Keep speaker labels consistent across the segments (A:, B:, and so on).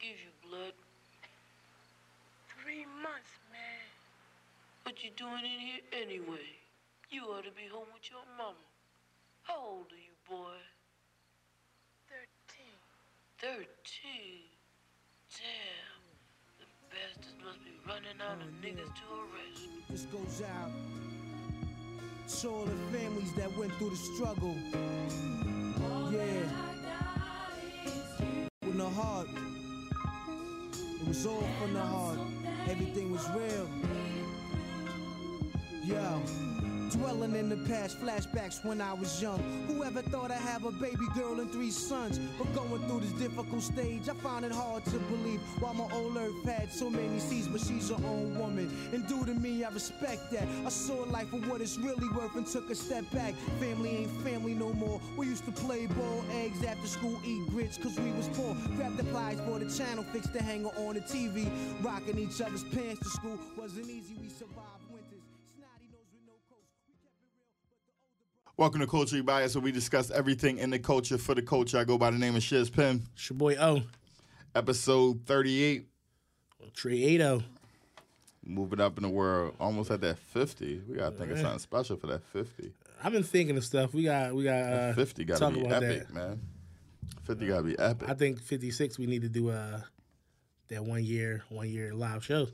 A: give you blood.
B: Three months, man.
A: What you doing in here anyway? You ought to be home with your mama. How old are you, boy?
B: Thirteen.
A: Thirteen. Damn. The bastards must be running out of
C: Oh, yeah.
A: niggas to arrest.
C: This goes out to all the families that went through the struggle. Yeah, with the heart. It was all from the heart. Everything was real. Yo, dwelling in the past, flashbacks when I was young. Whoever thought I'd have a baby girl and three sons? But going through this difficult stage, I found it hard to believe. Why my old earth had so many seeds, but she's her own woman. And due to me, I respect that. I saw life for what it's really worth and took a step back. Family ain't family no more. We used to play ball, eggs after school, eat grits, cause we was poor. Grab the pliers for the channel, fix the hanger on the TV. Rocking each other's pants to school wasn't easy, we survived winters. Snotty nose with no coats. We kept it real, but the older brother.
D: Welcome to Culture Bias, where we discuss everything in the culture for the culture. I go by the name of Shiz Pim,
E: It's your boy O.
D: episode 38.
E: Trey Ado.
D: Moving up in the world, almost at that 50. We gotta think of something special for that 50.
E: I've been thinking of stuff. We got we got uh,
D: 50 gotta
E: talk
D: be
E: about
D: epic,
E: that.
D: man. 50 gotta be epic.
E: I think fifty six. We need to do uh that one year one year live show.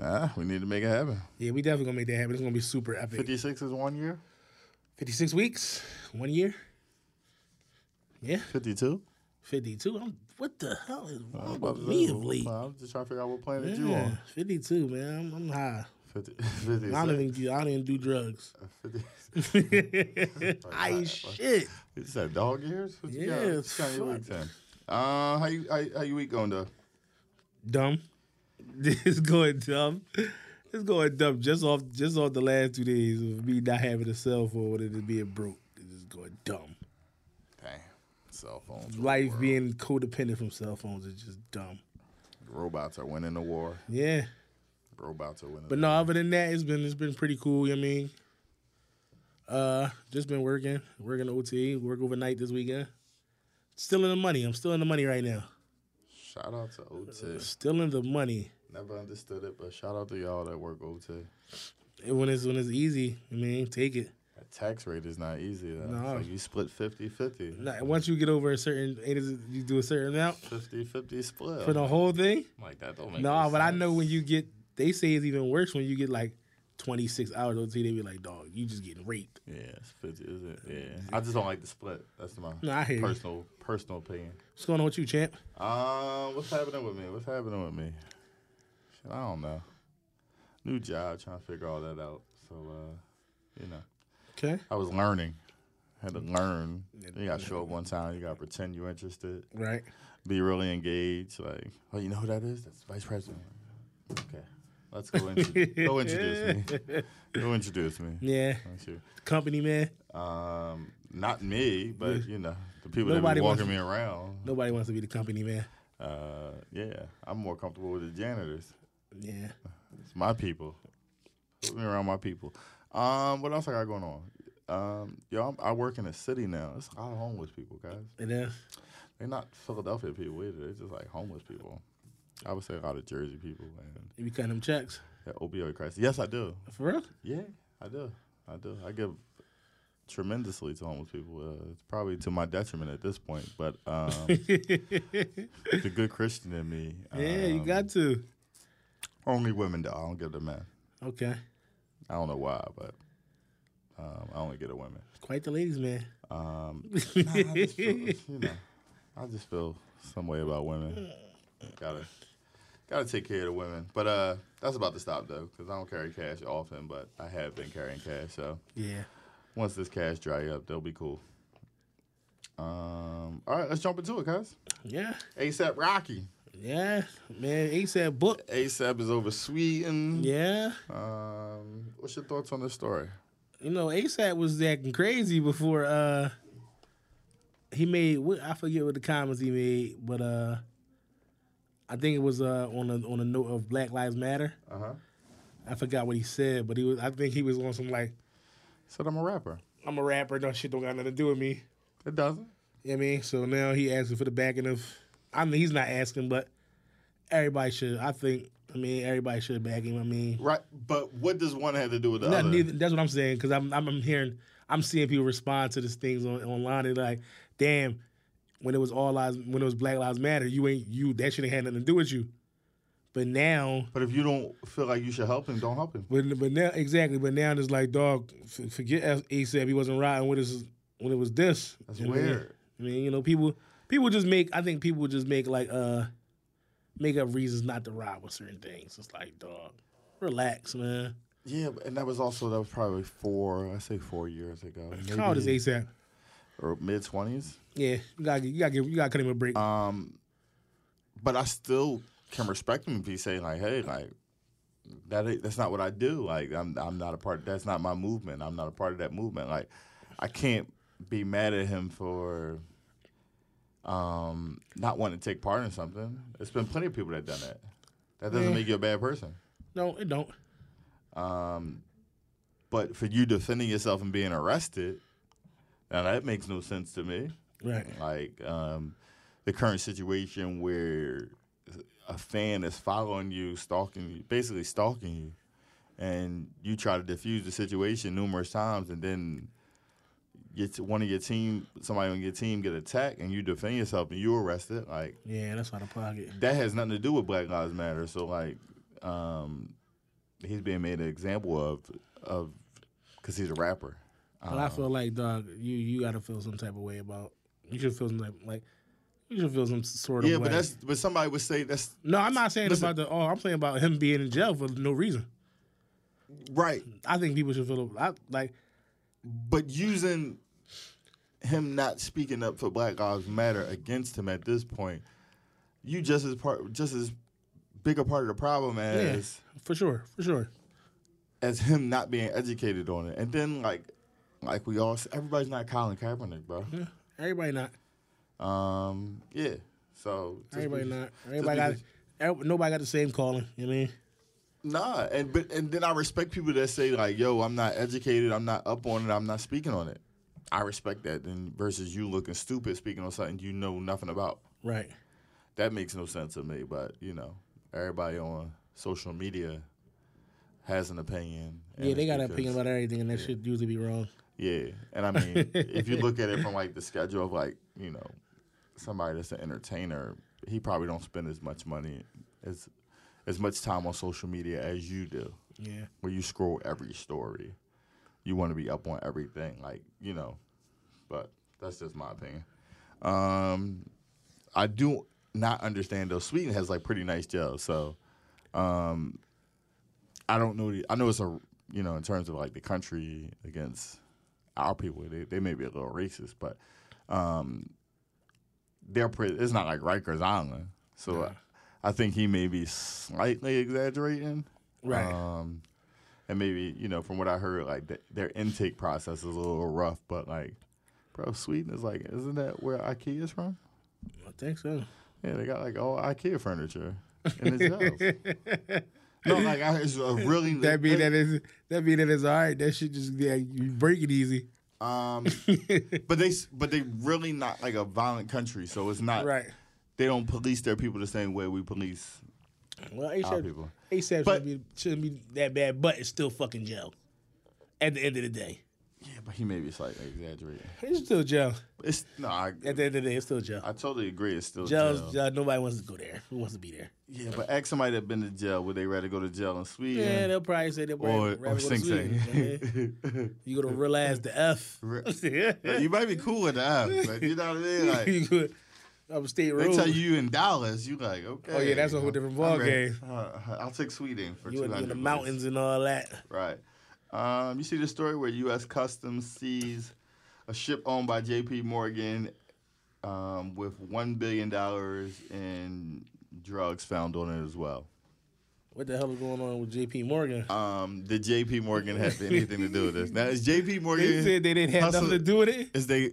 D: Ah, we need to make it happen.
E: Yeah, we definitely gonna make that happen. It's gonna be super epic.
D: 56 is one year,
E: Fifty six weeks, one year. Yeah,
D: 52.
E: fifty two. I'm what the hell is
D: I was
E: wrong
D: about
E: with
D: to
E: me
D: say,
E: of late?
D: I was just trying to figure out what planet you
E: Yeah,
D: on.
E: fifty two, man. I'm, I'm high.
D: 50,
E: I don't
D: 56.
E: even do, I don't even do drugs.
D: 56.
E: I ain't shit.
D: You said dog years? What you
E: Yeah,
D: got? What you got in your
E: fuck.
D: week then? Uh, how you how, how you week going though?
E: dumb. It's going dumb. It's going dumb just off just off the last two days of me not having a cell phone and it being broke. It's just going dumb.
D: Damn, cell phones. rule the
E: Life
D: world.
E: being codependent from cell phones is just dumb.
D: robots are winning the war.
E: Yeah.
D: Robots are winning.
E: But
D: the
E: no, other than that, it's been it's been pretty cool, you know what I mean? Uh just been working, working OT, work overnight this weekend. Still in the money. I'm still in the money right now.
D: Shout out to OT.
E: Still in the money.
D: Never understood it, but shout out to y'all that work OT.
E: And When it's when it's easy, I mean, take it.
D: That tax rate is not easy though.
E: No.
D: It's like you split 50 50.
E: Now, once you get over a certain it is- you do a certain amount,
D: 50 50 split.
E: for the whole thing.
D: I'm like that don't make
E: No, but I
D: sense.
E: know when you get, they say it's even worse when you get like 26 hours OT. They be like, dog, you just getting raped.
D: Yeah, it's 50, is it? Yeah. I just don't like the split. That's my
E: No, I hear you.
D: personal personal opinion.
E: What's going on with you, champ?
D: Um, what's happening with me? What's happening with me? Shit, I don't know. New job, trying to figure all that out. So, uh, you know,
E: Okay,
D: I was learning. Had to learn. You got to show up one time. You got to pretend you're interested.
E: right.
D: Be really engaged. Like, oh, you know who that is? That's Vice President. Okay, let's go. Intro- go introduce me. Go introduce me.
E: Yeah,
D: Thank you.
E: company man.
D: Um, not me, but you know the people
E: Nobody
D: that be
E: wants-
D: walking me around.
E: Nobody wants to be the company man.
D: Uh, yeah, I'm more comfortable with the janitors.
E: Yeah,
D: It's my people. Put me around my people. Um, what else I got going on? Um, yo, I'm, I work in a city now. It's a lot of homeless people, guys.
E: and then
D: They're not Philadelphia people either. They're just like homeless people. I would say a lot of Jersey people and
E: you be cutting them checks
D: that opioid crisis. Yes, I do.
E: for real.
D: Yeah, I do. I do. I give tremendously to homeless people. Uh, it's probably to my detriment at this point, but um, the good Christian in me.
E: Yeah, you
D: um,
E: got to.
D: only women. Though. I don't give the men.
E: Okay,
D: I don't know why, but um, I only get a woman.
E: quite the ladies man.
D: Um, nah, I just feel, you know, I just feel some way about women. Gotta, gotta take care of the women. But uh, that's about to stop though, because I don't carry cash often, but I have been carrying cash. So
E: Yeah,
D: once this cash dry up, they'll be cool. Um, all right, let's jump into it, guys.
E: yeah,
D: ASAP Rocky.
E: yeah, man. ASAP book.
D: ASAP is over Sweden.
E: Yeah,
D: Um, what's your thoughts on this story?
E: you know, ASAP was acting crazy before uh he made what I forget what the comments he made, but uh I think it was uh on a on a note of Black Lives Matter.
D: Uh huh.
E: I forgot what he said, but he was I think he was on some like
D: Said I'm a rapper.
E: I'm a rapper, no shit don't got nothing to do with me.
D: It doesn't.
E: You know what I mean? So now he asking for the backing of I mean, he's not asking, but everybody should. I think. I mean, everybody should back him. I mean,
D: Right, but what does one have to do with the
E: not
D: other?
E: neither, that's what I'm saying because I'm, I'm I'm hearing I'm seeing people respond to these things on, online and like, damn, when it was all lives when it was Black Lives Matter, you ain't you that shit ain't had nothing to do with you, but now
D: But if you don't feel like you should help him, don't help him.
E: But but now exactly. But now it's like dog. f- Forget as ASAP. He wasn't riding with us when it was this.
D: That's
E: You know what I mean?
D: weird.
E: I mean, you know, people people just make. I think people just make like uh make up reasons not to ride with certain things. It's like dog, relax, man.
D: Yeah, but- and that was also that was probably four. I say four years ago.
E: How old is
D: maybe-
E: ASAP?
D: Or mid twenties.
E: Yeah, you gotta you gotta give, you gotta cut him a break.
D: Um, But I still can respect him if he say like, "Hey, like that. ain't- That's not what I do. Like I'm I'm not a part. That's not my movement. I'm not a part of that movement. Like I can't be mad at him for." Um, not wanting to take part in something. There's been plenty of people that done that. That doesn't
E: Yeah.
D: make you a bad person.
E: no, it don't.
D: But for you defending yourself and being arrested, now that makes no sense to me.
E: Right.
D: Like um, the current situation where a fan is following you, stalking you, basically stalking you, and you try to defuse the situation numerous times, and then your t- one of your team, somebody on your team, get attacked, and you defend yourself and you arrested. Like
E: Yeah, that's out of pocket.
D: that has nothing to do with Black Lives Matter. So like, um, he's being made an example of of because he's a rapper.
E: But
D: Um,
E: I feel like dog, you you gotta feel some type of way about. You should feel some type like. You should feel some sort of
D: Yeah,
E: way.
D: but that's but somebody would say that's
E: No, I'm not saying
D: Listen.
E: about the. Oh, I'm saying about him being in jail for no reason.
D: right.
E: I think people should feel I, like
D: But using him not speaking up for Black Lives Matter against him at this point, you just as part just as big a part of the problem
E: yeah,
D: as.
E: for sure, for sure.
D: as him not being educated on it. And then like like we all s- everybody's not Colin Kaepernick, bro.
E: Everybody not.
D: Um yeah. So just
E: Everybody
D: because-
E: not.
D: just
E: Everybody got.
D: because-
E: every- Nobody got the same calling. You know what I mean?
D: Nah, and but and then I respect people that say like, "Yo, I'm not educated, I'm not up on it, I'm not speaking on it." I respect that. Then versus you looking stupid speaking on something you know nothing about.
E: Right.
D: That makes no sense to me. But you know, everybody on social media has an opinion. and
E: yeah, they
D: it's
E: got an
D: because-
E: opinion about everything, and that should usually be wrong.
D: Yeah, and I mean, if you look at it from like the schedule of like you know somebody that's an entertainer, he probably don't spend as much money as as much time on social media as you do,
E: Yeah.
D: where you scroll every story. You want to be up on everything, like you know. But that's just my opinion. Um, I do not understand though. Sweden has like pretty nice gels, so um, I don't know. The, I know it's a you know in terms of like the country against our people, they, they may be a little racist, but um, they're pretty. It's not like Rikers Island, so I, I think he may be slightly exaggerating.
E: Right.
D: Um, and maybe you know from what I heard, like th- their intake process is a little rough, but like. Bro, Sweden is like, isn't that where IKEA is from?
E: I think so.
D: Yeah, they got like all IKEA furniture in his house. no, like I, it's a really
E: That be that is that be that is all right. That should just yeah, you break it easy.
D: Um, but they s- but they really not like a violent country, so it's not
E: Right.
D: They don't police their people the same way we police.
E: Well,
D: Our
E: ASAP
D: people.
E: ASAP
D: But-
E: shouldn't be shouldn't be that bad, but it's still fucking jail. At the end of the day,
D: Yeah, but he may be slightly exaggerating.
E: it's still jail.
D: It's no, I,
E: At the end of the day, it's still jail.
D: I totally agree. It's still
E: Jail's,
D: jail.
E: jail. Nobody wants to go there. Who wants to be there?
D: Yeah, but ask somebody that been to jail. Would they rather go to jail in Sweden?
E: Yeah, they'll probably say they'll
D: Or-
E: probably
D: or
E: rather go
D: Sing
E: to Sweden. you know? You gonna realize the F.
D: Like, you might be cool with the F, but you know what I mean. Like,
E: you go up state
D: They
E: road.
D: tell you in Dallas, you like okay.
E: Oh, yeah, that's a whole different ball
D: I'm ready.
E: game.
D: Uh, I'll take Sweden for
E: you
D: two
E: in
D: hundred.
E: the mountains and all that.
D: right? Um, you see the story where U.S. Customs sees a ship owned by J.P. Morgan um, with one billion dollars in drugs found on it as well.
E: What the hell is going on with J.P. Morgan?
D: Um, did J.P. Morgan have anything to do with this? Now is J.P. Morgan?
E: they said they didn't have nothing to
D: hustling-
E: do with it.
D: Is they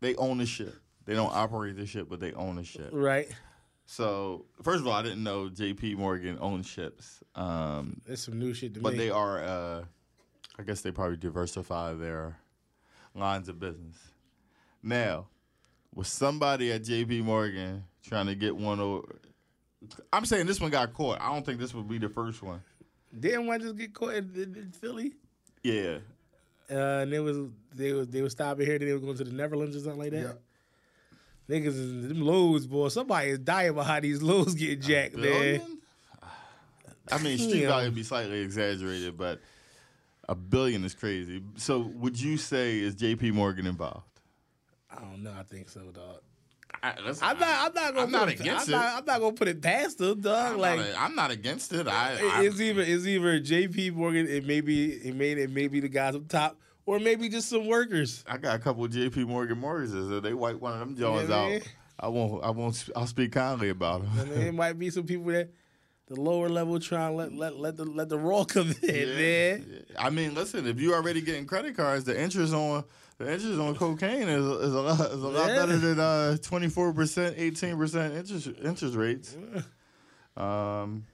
D: they own the ship? They don't operate the ship, but they own the ship.
E: Right.
D: So first of all, I didn't know J.P. Morgan owned ships, um,
E: That's some new shit to
D: but
E: me.
D: they are. Uh, I guess they probably diversify their lines of business. Now, was somebody at J.P. Morgan trying to get one over. I'm saying this one got caught. I don't think this would be the first one.
E: Didn't one just get caught in, in, in Philly?
D: Yeah.
E: Uh, and it was they was they was stopping here. Then they were going to the Netherlands or something like that. Niggas, is them lows, boy. Somebody is dying about how these lows get jacked, man.
D: Billion? I mean, street
E: Damn.
D: value would be slightly exaggerated, but a billion is crazy. So, would you say is J.P. Morgan involved?
E: I don't know. I think so, dog.
D: I, listen,
E: I'm not. I'm not gonna.
D: I'm
E: put
D: not
E: it,
D: against
E: I'm Not, I'm not gonna put it past them, dog.
D: I'm
E: like
D: not, I'm not against it. I, I,
E: it's either it's either J.P. Morgan. It may be it may it may be the guys up top, or maybe just some workers.
D: I got a couple of J.P. Morgan Morrises. If they wipe one of them joints
E: Yeah, man.
D: out, I won't. I won't. I'll speak kindly about
E: And
D: them.
E: there might be some people that the lower level trying to let let let the let the raw come in, man.
D: I mean, listen. If you already getting credit cards, the interest on the interest on cocaine is, is a lot is a lot
E: Yeah.
D: better than twenty four percent, eighteen percent interest interest rates. Um,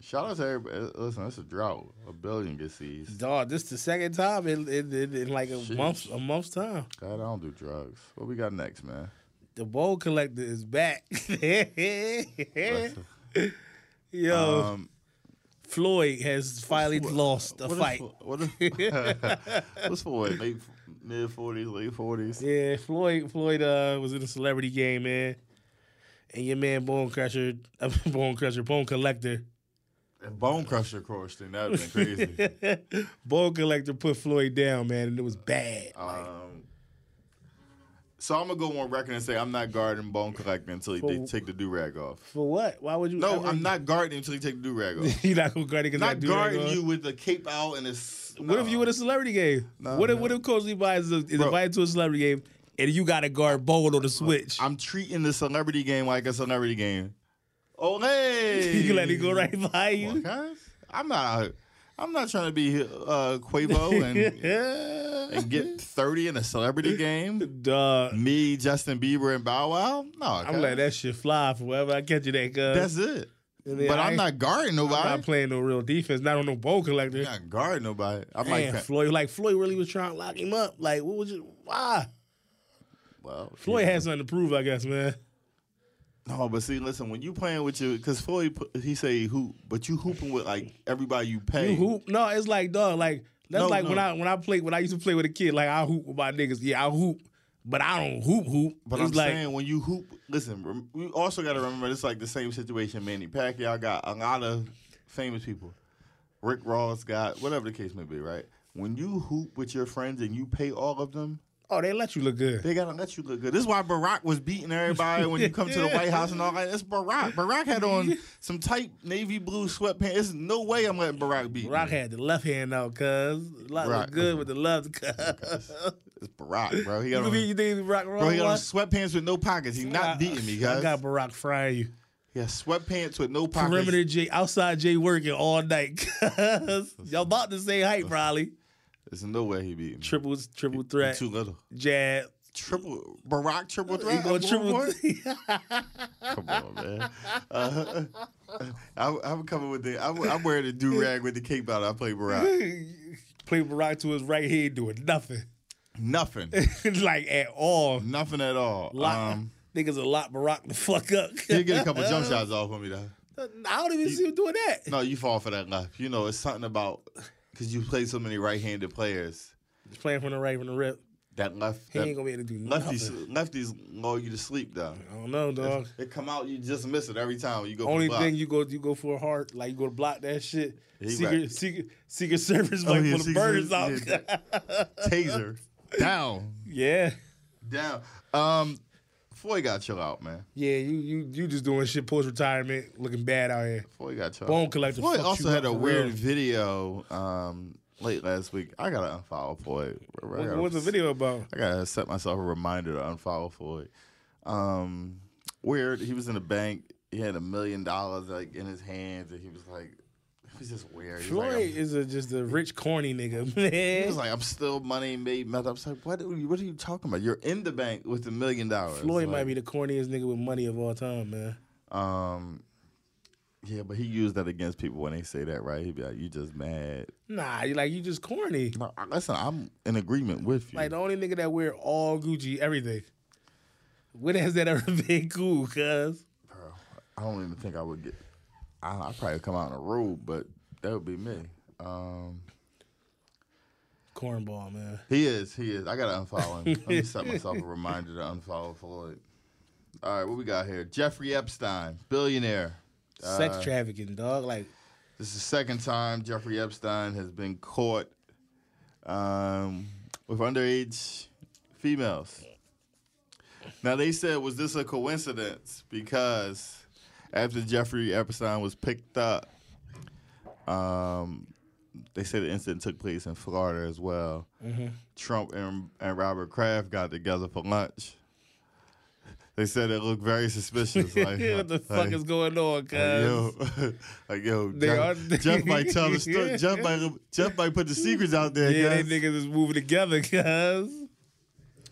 D: shout out to everybody. Listen, it's a drought. A billion gets seized.
E: Dog, this the second time in in, in, in like a
D: Sheesh.
E: month a month's time.
D: God, I don't do drugs. What we got next, man?
E: The bowl collector is back. Eh,
D: Listen,
E: Yo,
D: um,
E: Floyd has finally lost a
D: what if-
E: fight.
D: what if- what's for it? Late mid forties, late forties.
E: Yeah, Floyd Floyd uh, was in the celebrity game, man. And your man Bone Crusher, uh, Bone Crusher, Bone Collector,
D: Bone crusher course thing. That would have been crazy.
E: Bone Collector put Floyd down, man, and it was bad.
D: Um, so I'm gonna go on record and say I'm not guarding Bone Collector until he
E: For-
D: did take the do rag off.
E: For what? Why would you?
D: No, I'm not guarding him until he take the do rag off.
E: You're not gonna guard it because
D: not guarding you with the cape out and uh, it's.
E: What if you win a celebrity game?
D: No,
E: what if
D: no.
E: what if Coach Levi is, is
D: Bro.
E: invited to a celebrity game and you got to guard Bone on the switch?
D: I'm treating the celebrity game like a celebrity game. Oh, Olay!
E: you can let it go right by
D: Well,
E: you.
D: guys, I'm not. I'm not trying to be uh, Quavo and and get 30 in a celebrity game.
E: Duh,
D: Me, Justin Bieber, and Bow Wow. No,
E: I'm
D: guys.
E: letting that shit fly forever. I catch you that gun.
D: That's it.
E: And then
D: but
E: I
D: I'm
E: ain't-
D: not guarding nobody.
E: I'm not playing no real defense. Not on no bone collector.
D: I'm not guarding nobody. I'm
E: Damn,
D: like,
E: Floyd. Like Floyd really was trying to lock him up. Like, what was you? Why?
D: well,
E: Floyd
D: yeah.
E: had something to prove, I guess, man.
D: no. But see, listen, when you playing with your, because Floyd, pu- he say he hoop, but you hooping with like everybody you pay.
E: You hoop? No, it's like dog. Like that's
D: No,
E: like when
D: no.
E: I when I played when I used to play with a kid. Like I hoop with my niggas. Yeah, I hoop, but I don't hoop hoop.
D: But
E: it's
D: I'm
E: like
D: saying when you hoop, listen, rem- we also got to remember this like the same situation. Manny Pacquiao got a lot of famous people. Rick Ross got whatever the case may be, right? When you hoop with your friends and you pay all of them,
E: oh, they let you look good.
D: They gotta let you look good. This is why Barack was beating everybody when you come to the White House and all that. It's Barack. Barack had on some tight navy blue sweatpants. There's no way I'm letting Barack beat
E: Rock
D: me.
E: had the left hand out, cuz lot
D: Rock.
E: look good with the left. Cuz
D: It's Barack, bro. He got
E: you
D: on,
E: think you think Rock
D: bro, he
E: wrong?
D: got on
E: one?
D: sweatpants with no pockets. He's not beating me,
E: I got
D: guys.
E: Barack frying you.
D: He has sweatpants with no pockets.
E: Perimeter J, outside J working all night. cuz. Y'all about the same height, probably.
D: There's no way he beat me.
E: Triples, triple
D: He
E: threat,
D: Too little.
E: jab.
D: Triple Barack triple
E: He
D: threat.
E: go
D: I'm going for
E: triple.
D: it? Come on, man. Uh, I, I'm coming with the. I'm, I'm wearing a do rag with the cape out. I play Barack.
E: Play Barack to his right hand, doing nothing,
D: Nothing.
E: like at all.
D: Nothing at all.
E: Lock,
D: Um,
E: niggas a lot Barack the fuck up.
D: you get a couple jump shots off on me though.
E: I don't even see him doing that.
D: No, you fall for that left. You know, it's something about because you play so many right-handed players.
E: Just playing from the right from the rip.
D: That left,
E: He
D: that
E: ain't gonna be able to do nothing.
D: lefties, lefties lull you to sleep though.
E: I don't know, dog.
D: It come out, you just miss it every time you go. for
E: Only
D: the block.
E: thing you go you go for hard, like you go to block that shit.
D: He
E: secret,
D: right.
E: secret secret service
D: Oh,
E: might
D: yeah,
E: pull the
D: secret
E: birds out.
D: service, taser down,
E: yeah.
D: down. Um, Foy got chill out, man.
E: Yeah, you you you just doing shit post retirement, looking bad out here.
D: Foy got chill.
E: Bone
D: out.
E: collector.
D: Floyd
E: fucks
D: also
E: you
D: had
E: up
D: a
E: for
D: weird
E: real.
D: video um, late last week. I gotta unfollow Floyd. I
E: What,
D: gotta-
E: what's the video about?
D: I gotta set myself a reminder to unfollow Floyd. Um, weird. He was in a bank. He had a million dollars like in his hands, and he was like, it was just weird. He was like,
E: Floyd
D: I'm-
E: is a, just a rich corny nigga,
D: he
E: man.
D: was like, I'm still money made meth. I was like, what? Are you, what are you talking about? You're in the bank with a million dollars.
E: Floyd might
D: Like,
E: be the corniest nigga with money of all time, man.
D: Um, yeah, but he used that against people when they say that, right? He'd be like, you just mad.
E: Nah, you like you just corny.
D: No, I- listen, I'm in agreement with you.
E: Like the only nigga that wear all Gucci everything. What has that ever been cool, cuz?
D: Bro, I don't even think I would get. I, I probably come out in a robe, but that would be me. Um,
E: Cornball, man.
D: he is. He is. I gotta unfollow him. Let me set myself a reminder to unfollow Floyd. All right, what we got here? Jeffrey Epstein, billionaire. Uh,
E: Sex trafficking, dog. Like
D: This is the second time Jeffrey Epstein has been caught um, with underage females. Now they said, was this a coincidence? Because after Jeffrey Epstein was picked up, um, they said the incident took place in Florida as well.
E: Mm-hmm.
D: Trump and, and Robert Kraft got together for lunch. They said it looked very suspicious. Like,
E: what the fuck
D: like-
E: is going on, cuz?
D: like, yo, like yo,
E: They
D: Jeff,
E: are-
D: Jeff might tell the story. Jeff might, Jeff might put the secrets out there.
E: yeah,
D: guys.
E: they niggas is moving together, cuz.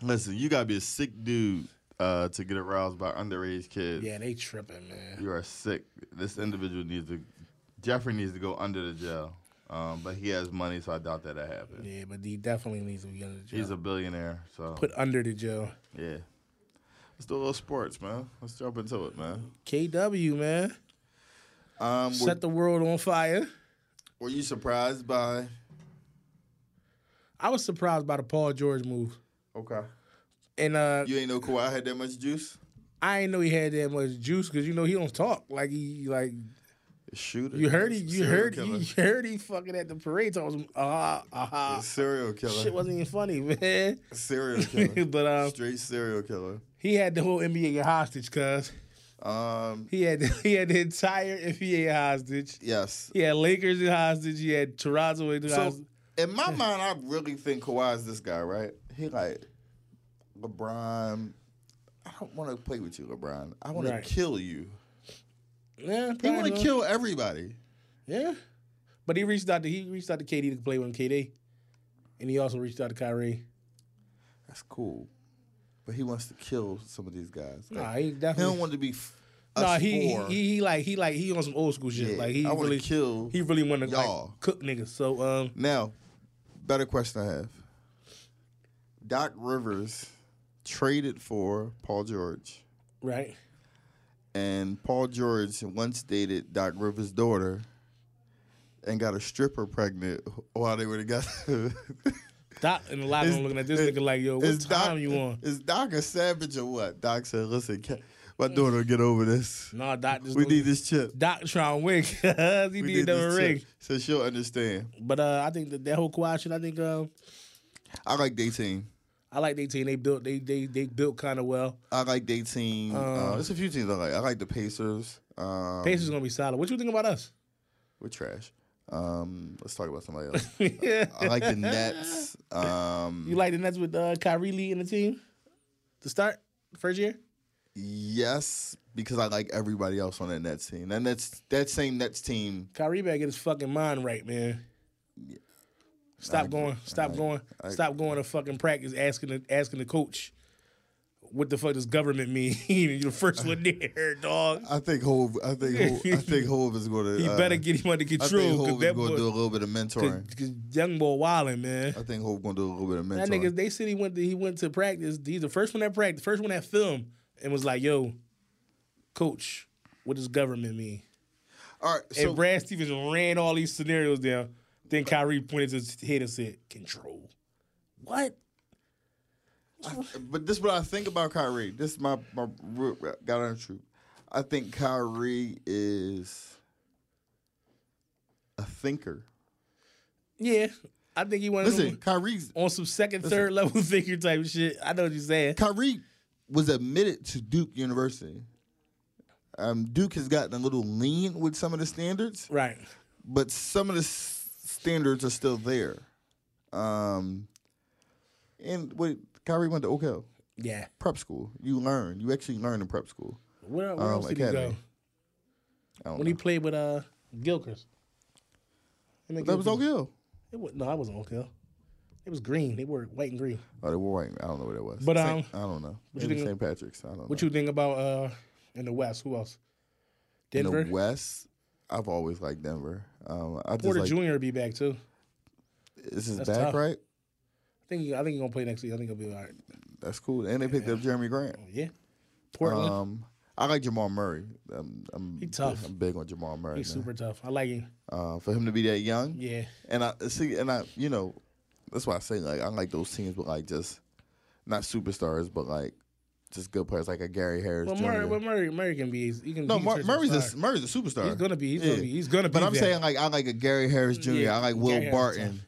D: Listen, you gotta be a sick dude uh, to get aroused by underage kids.
E: Yeah, they tripping, man.
D: You are sick. This individual needs to. Jeffrey needs to go under the jail, um, but he has money, so I doubt that that happened.
E: Yeah, but he definitely needs to be under the jail.
D: He's a billionaire, so
E: Put under the jail.
D: yeah. Let's do a little sports, man. Let's jump into it, man.
E: KW, man.
D: Um, were,
E: Set the world on fire.
D: were you surprised by?
E: I was surprised by the Paul George move.
D: Okay.
E: And uh,
D: You ain't know Kawhi had that much juice.
E: I ain't know he had that much juice because you know he don't talk like he like
D: Shooter.
E: you heard he you
D: Serial
E: heard
D: killer.
E: you heard he fucking at the parade talking some ah
D: A
E: ah
D: serial killer.
E: shit wasn't even funny man
D: serial killer.
E: but um
D: Straight serial killer.
E: he had the whole NBA hostage cuz
D: Um,
E: he had he had the entire NBA hostage
D: yes.
E: he had Lakers in hostage he had Toronto in
D: So
E: hostage
D: in my mind, I really think Kawhi's this guy, right? He like LeBron. I don't want to play with you, LeBron. I want
E: Right.
D: to kill you.
E: yeah
D: He want
E: probably
D: to
E: not.
D: kill everybody.
E: yeah but he reached out to he reached out to KD to play with him KD and he also reached out to Kyrie
D: That's cool, but he wants to kill some of these guys. Like,
E: nah he
D: he
E: definitely
D: don't want to be. F-
E: No,
D: us
E: he, he
D: four.
E: he he like he like he on some old school shit.
D: Yeah,
E: like he
D: I wanna
E: really
D: kill
E: He really want to like
D: y'all.
E: cook niggas. So um,
D: Now, better question I have. Doc Rivers traded for Paul George,
E: right,
D: and Paul George once dated Doc Rivers' daughter and got a stripper pregnant while they were together.
E: Doc in the locker room looking at this nigga like, yo, what
D: Is
E: time
D: Doc,
E: you on?
D: Is Doc a savage or what? Doc said, listen, ca- my daughter will get over this.
E: Nah, Doc Mm. just
D: We
E: gonna-
D: need this chip.
E: Doc trying to win. 'cause he
D: We
E: need another
D: this
E: ring.
D: chip. So she'll understand.
E: But uh, I think that that whole Kawhi shit. I think um,
D: I like dating.
E: I like their team. They built they they they built kind of well.
D: I like dating.
E: Um,
D: team. Uh, there's a few teams I like. I like the Pacers. Um,
E: Pacers gonna be solid. What you think about us?
D: We're trash. Um, let's talk about somebody else.
E: yeah.
D: I like the Nets. Um,
E: You like the Nets with uh, Kyrie leading the team to start first year?
D: yes, because I like everybody else on that Nets team. That Nets, that same Nets team.
E: Kyrie better get his fucking mind right, man. Stop going, stop going, stop going to fucking practice asking the, asking the coach what the fuck does government mean? You're the first one there, dog.
D: I think Hove. I think Hove, I think Hove is going to.
E: He better get him under
D: I
E: control
D: think
E: because
D: Hove is
E: that
D: going to do a
E: boy,
D: little bit of mentoring.
E: cause young boy wilding, man.
D: I think Hove going to do a little bit of
E: That
D: mentoring.
E: nigga, they said he went to, he went to practice. He's the first one that practiced, first one that filmed, and was like, "Yo, coach, what does government mean?"
D: All right,
E: And
D: so
E: Brad Stevens ran all these scenarios down. Then Kyrie pointed to his head and said, "Control." What?
D: But this is what I think about Kyrie. This is my my real- got on truth. I think Kyrie is a thinker.
E: Yeah, I think he wanted
D: Listen, Kyrie's
E: on some second, third level thinker type of shit. I know what you're saying.
D: Kyrie was admitted to Duke University. Um, Duke has gotten a little lean with some of the standards,
E: Right.
D: but some of the s- standards are still there. Um, and wait, Kyrie went to Oak Hill
E: Yeah.
D: prep school. You learn. You actually learn in prep school.
E: Where, where
D: Um,
E: else did he go?
D: Academy. I don't
E: When
D: know.
E: he played with uh Gilkers. And then
D: that was
E: Gilchrist-
D: Oak Hill.
E: It was, no, I wasn't Oak Hill. It was green. They were white and green.
D: Oh, they were white. I don't know what that was.
E: But,
D: Saint-
E: um,
D: I don't know.
E: you
D: Maybe
E: think-
D: St. Patrick's. I don't know.
E: What you think about uh in the West? Who else?
D: in
E: Denver.
D: the West? I've always liked Denver. Um, I just
E: Porter
D: like,
E: Jr. will be back too.
D: this is back
E: That's tough.
D: right.
E: I think he, I think he's gonna play next week. I think he'll be all right.
D: That's cool. And they picked up Jeremy Grant.
E: Oh, Yeah. Portland.
D: Um, I like Jamal Murray. I'm, I'm
E: He tough.
D: I'm big on Jamal Murray.
E: He's
D: man.
E: super tough. I like him.
D: Uh, for him to be that young,
E: Yeah.
D: And I see, and I, you know, that's why I say like I like those teams with like just not superstars, but like just good players, like a Gary Harris.
E: Well,
D: Jr.
E: Murray, well, Murray, Murray can be. He can,
D: no,
E: he can
D: Mur-
E: turn
D: Murray's
E: some
D: a
E: star.
D: Murray's a superstar.
E: He's gonna be- he's gonna be- he's gonna
D: But
E: be
D: I'm
E: that.
D: saying like I like a Gary Harris Jr.
E: Yeah,
D: I like Will
E: Gary Harris,
D: Barton.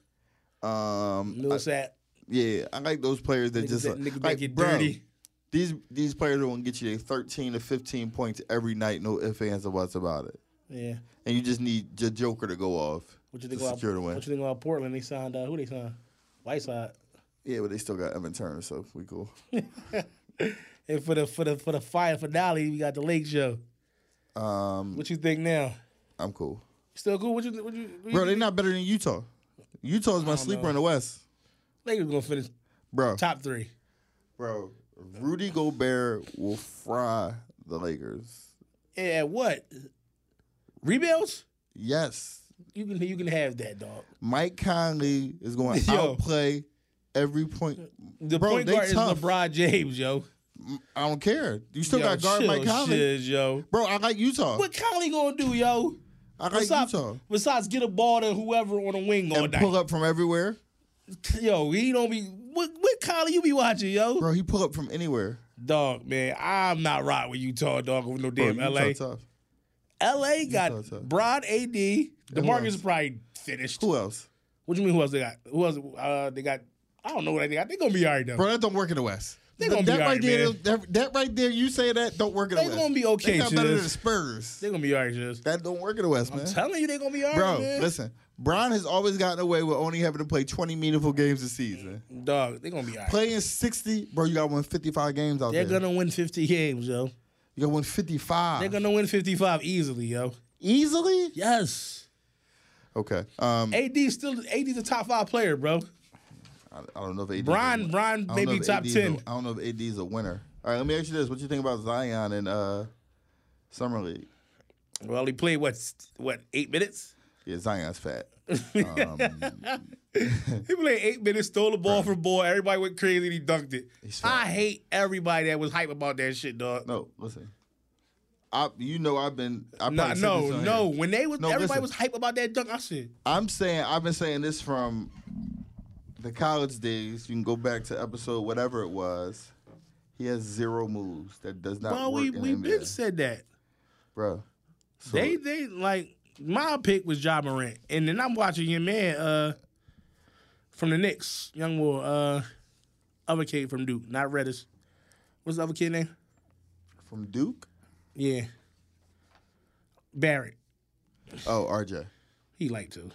D: Um, I-
E: Millsap.
D: yeah, I like those players that
E: Niggas
D: just like,
E: that- niggas that
D: like,
E: get
D: bro,
E: dirty.
D: These these players are gonna get you 13 to 15 points every night, no ifs ands or buts about it.
E: Yeah.
D: And you just need your Joker to go off
E: What you
D: to
E: think about?
D: secure the win.
E: What you think about Portland? They signed uh, who they signed? Whiteside.
D: Yeah, but they still got Evan Turner, so we cool.
E: And for the for the for the fire finale, we got the Lake Show.
D: Um,
E: What you think now?
D: I'm cool.
E: Still cool? What you what you? What you
D: Bro, they're
E: think?
D: not better than Utah. Utah's my sleeper in the West.
E: Lakers gonna finish
D: Bro.
E: top three.
D: Bro, Rudy Gobert will fry the Lakers.
E: Yeah. What? Rebuilds?
D: Yes.
E: You can you can have that dog.
D: Mike Conley is going to
E: Yo.
D: outplay every point.
E: The
D: Bro,
E: point
D: they
E: guard
D: tough.
E: is LeBron James, yo.
D: I don't care. You still
E: Yo,
D: got guard
E: chill,
D: Mike Conley.
E: shiz, yo.
D: Bro, I like Utah.
E: What Conley gonna do, yo?
D: I like
E: Besides,
D: Utah.
E: besides get a ball to whoever on the wing all
D: And
E: night.
D: pull up from everywhere.
E: Yo, he don't be what what Conley you be watching, yo?
D: Bro, he pull up from anywhere.
E: Dog, man, I'm not right with Utah, dog, with no
D: Bro,
E: damn LA.
D: Utah tough.
E: LA got
D: Utah tough.
E: Broad AD. DeMarcus is probably finished.
D: Who else?
E: What you mean who else they got? Who else uh they got I don't know what they got. They gonna be all right though.
D: Bro, that don't work in the West.
E: They gonna
D: that
E: be all right,
D: there,
E: man.
D: That, that right there, you say that don't work in
E: They
D: the West.
E: gonna be okay,
D: They got better
E: Chiz.
D: than the Spurs.
E: They're gonna be all right, just
D: That don't work in the West, man.
E: I'm telling you they gonna be all right,
D: Bro,
E: man.
D: listen. Brian has always gotten away with only having to play 20 meaningful games a season.
E: Dog, they're gonna be all right.
D: Playing 60, bro, you got to win 55 games out
E: They're
D: there.
E: gonna win 50 games, yo.
D: you got to win 55
E: They're gonna win 55 easily, yo.
D: easily.
E: Yes.
D: Okay. Um,
E: AD still AD's a top five player, bro.
D: I, I don't know if AD. 's a-
E: Brian,
D: I
E: Brian
D: don't
E: may
D: know
E: be
D: if
E: top
D: AD 's a-
E: ten.
D: I don't know if AD's a winner. All right, let me ask you this: What you think about Zion and uh, summer league?
E: Well, he played what what eight minutes?
D: Yeah, Zion's fat.
E: He played eight minutes, stole the ball from boy. Everybody went crazy. and He dunked it. I
D: fat.
E: hate everybody that was hype about that shit, dog.
D: No, listen. I, you know, I've been. I
E: No,
D: probably said this
E: no,
D: on
E: no.
D: here.
E: When they was
D: No, listen.
E: everybody was hype about that dunk, I said,
D: I'm saying I've been saying this from the college days. You can go back to episode whatever it was. He has zero moves that does not
E: "Well,
D: work
E: we
D: in
E: we
D: NBA,
E: been said that."
D: bro. So,
E: They they like my pick was Ja Morant, and then I'm watching your man uh from the Knicks, young boy, uh other kid from Duke, not Reddish. What's the other kid name?
D: from Duke.
E: Yeah, Barrett.
D: Oh, RJ.
E: He like to.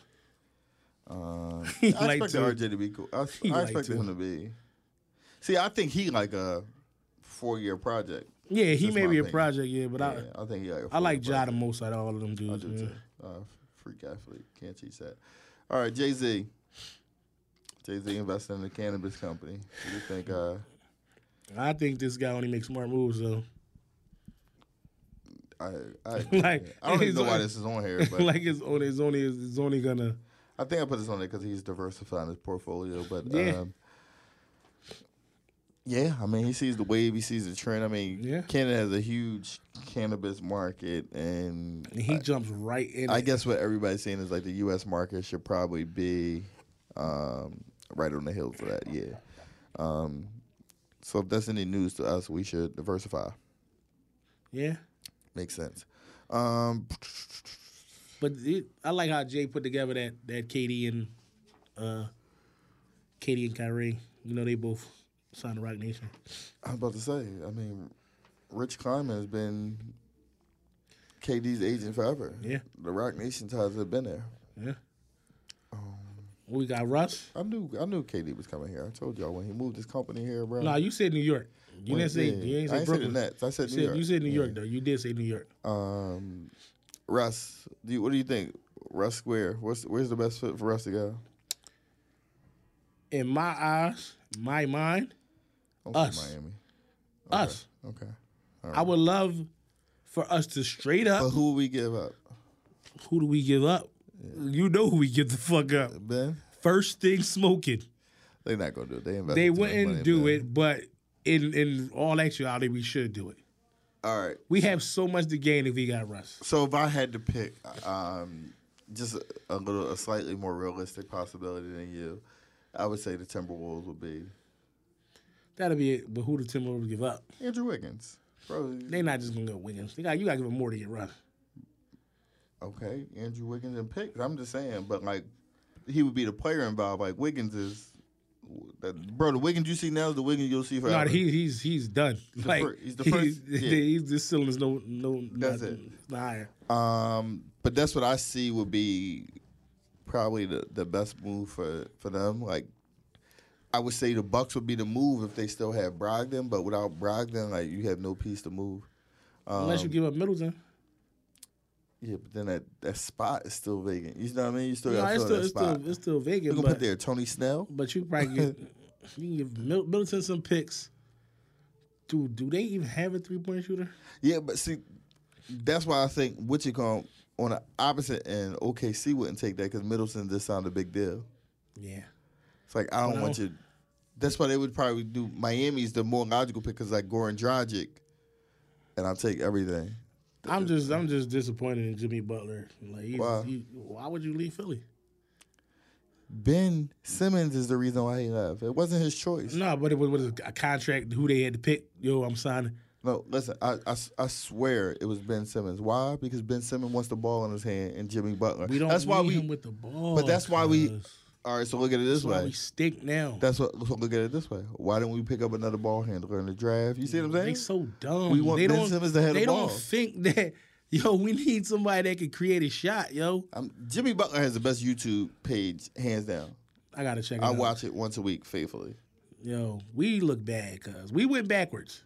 D: Um,
E: He
D: I
E: like
D: expected
E: to.
D: RJ to be cool. I,
E: He
D: I
E: like
D: expected
E: to.
D: him to be. See, I think he like a four year project.
E: Yeah, he
D: That's
E: may
D: my
E: be a
D: opinion.
E: project, yeah, but
D: Yeah,
E: I
D: I think he like. A
E: I like
D: four-year
E: Ja the most out of all of them dudes.
D: project. I do
E: man.
D: too. Uh, freak athlete. Can't teach that. All right, Jay Z. Jay Z invested in a cannabis company. What do you think? Uh,
E: I think this guy only makes smart moves though.
D: I, I,
E: Like,
D: I don't
E: he's
D: even know why
E: like-
D: this is on here, but
E: like it's only it's only it's only gonna
D: I think I put this on there because he's diversifying his portfolio. But
E: Yeah.
D: yeah. Um, yeah, I mean, he sees the wave, he sees the trend. I mean,
E: Yeah.
D: Canada has a huge cannabis market, and
E: he jumps right in.
D: I
E: it.
D: guess what everybody's saying is like the U.S. market should probably be um, right on the heels of that. Yeah. Um, so if that's any news to us, we should diversify.
E: yeah.
D: Makes sense. Um,
E: But it, I like how Jay put together that that Katie and uh Katie and Kyrie. You know they both signed the Rock Nation.
D: I was about to say. I mean, Rich Kleiman has been KD's agent forever.
E: Yeah.
D: the Rock Nation ties have been there.
E: Yeah.
D: Um,
E: we got Russ.
D: I knew, I knew KD was coming here. I told y'all when he moved his company here, bro.
E: No, you said New York. You
D: When-
E: didn't say
D: uh, yeah,
E: you ain't
D: I
E: say
D: ain't say the
E: Brooklyn.
D: Nets. I said
E: you
D: New
E: said,
D: York.
E: You said New York though. You did say New York.
D: Um, Russ, do you, what do you think? Russ Square. What's where's the best fit for Russ to go?
E: In my eyes, my mind,
D: Don't say
E: Us.
D: Miami.
E: us.
D: Okay.
E: I would love for us to straight up.
D: But who will we give up?
E: who do we give up? You know who we give the fuck up.
D: Ben?
E: First thing smoking.
D: They're not gonna do it. They invested
E: They
D: too much money
E: wouldn't
D: in
E: do
D: Ben.
E: it, but in in all actuality, we should do it.
D: All right.
E: We have so much to gain if we got Russ.
D: So if I had to pick, um, just a, a little, a slightly more realistic possibility than you, I would say the Timberwolves would be
E: That'll be it. But who the Timberwolves give up?
D: Andrew Wiggins. Bro,
E: They not just gonna go Wiggins. They got you gotta give them more to get Russ.
D: okay, Andrew Wiggins and picks. I'm just saying, but like, he would be the player involved. Like Wiggins is, that, bro. The Wiggins you see now is the Wiggins you'll see
E: No,
D: forever.
E: he, he's he's done.
D: the
E: like
D: fir- he's the
E: he's-
D: first- yeah.
E: he's- this ceiling is no no
D: That's
E: not, not higher.
D: Um, but that's what I see would be probably the, the best move for, for them. Like, I would say the Bucks would be the move if they still had Brogdon, but without Brogdon, like you have no piece to move.
E: Unless you
D: Um,
E: give up Middleton.
D: Yeah, but then that, that spot is still vacant. You know what I mean? You still
E: No,
D: got to
E: it's
D: fill
E: still
D: that
E: it's
D: spot.
E: still it's still
D: you
E: Vegas,
D: gonna put
E: but,
D: there Tony Snell.
E: but you probably get, you can give Mil- Middleton some picks. Dude, do they even have a three point shooter?
D: Yeah, but see, that's why I think what you call on the opposite end, OKC wouldn't take that because Middleton just signed a big deal.
E: Yeah.
D: It's like I don't
E: No.
D: want you. That's why they would probably do Miami's the more logical pick because like Goran Dragic, and I'll take everything.
E: I'm just I'm just disappointed in Jimmy Butler. Like he's,
D: Why?
E: he- why would you leave Philly?
D: Ben Simmons is the reason why he left. It wasn't his choice.
E: No, but it was, was a contract who they had to pick. Yo, I'm signing.
D: No, listen, I, I, I swear it was Ben Simmons. Why? Because Ben Simmons wants the ball in his hand and Jimmy Butler.
E: We don't
D: that's why
E: need
D: we.
E: him with the ball.
D: but that's why we.
E: cuz.
D: All right, so look at it this
E: That's why
D: way.
E: we stink now.
D: That's what. So look at it this way. Why didn't we pick up another ball handler in the draft? You see what I'm saying?
E: They so dumb.
D: We want
E: they
D: Ben
E: don't,
D: Simmons to have the
E: They
D: ball.
E: don't think that yo, we need somebody that can create a shot, yo.
D: Um, Jimmy Butler has the best YouTube page, hands down.
E: I gotta check it
D: I
E: out.
D: watch it once a week faithfully.
E: Yo, we look bad cuz we went backwards.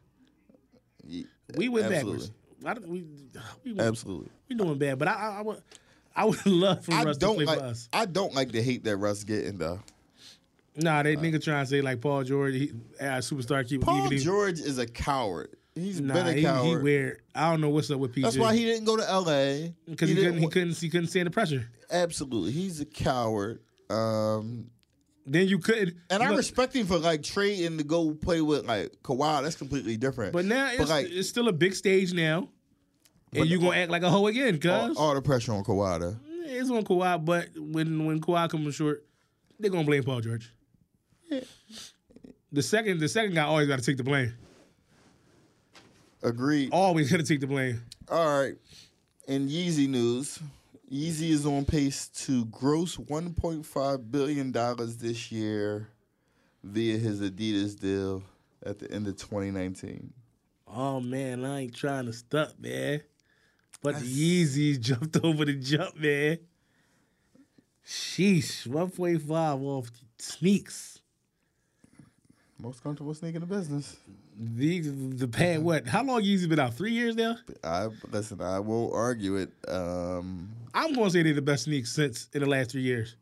D: Ye-
E: We went
D: absolutely.
E: backwards. Why don't we, we,
D: Absolutely.
E: we doing bad, but I I, I would I would love for
D: I
E: Russ to
D: don't
E: play
D: like.
E: for us.
D: I don't like the hate that Russ getting though.
E: Nah, that nigga trying to say like Paul George, he, our superstar keep
D: Uh, Paul
E: even-
D: George is a coward. He's
E: Nah,
D: been a
E: he,
D: coward.
E: he weird. I don't know what's up with PG.
D: That's why he didn't go to L.A.
E: because he,
D: didn't
E: couldn't he
D: wa-
E: couldn't he couldn't stand the pressure.
D: Absolutely, he's a coward. Um,
E: Then you couldn't.
D: and I
E: look,
D: respect him for like trading to go play with like Kawhi. That's completely different.
E: But now it's,
D: but like
E: it's still a big stage now, and you gonna act like a hoe again, cuz
D: all, all the pressure on Kawhi. though.
E: it's on Kawhi. But when when Kawhi comes short, they're gonna blame Paul George. The second the second guy always got to take the blame.
D: Agreed.
E: Always got to take the blame.
D: All right. In Yeezy news, Yeezy is on pace to gross $1.5 billion this year via his Adidas deal at the end of 2019.
E: Oh man, I ain't trying to stunt, man. But the Yeezys jumped over the jump, man. Sheesh, 1.5 off sneaks.
D: Most comfortable sneak in the business.
E: The the pad what? How long Yeezy been out? Three years now?
D: I listen. I won't argue it. Um,
E: I'm gonna say they're the best sneaks since in the last three years.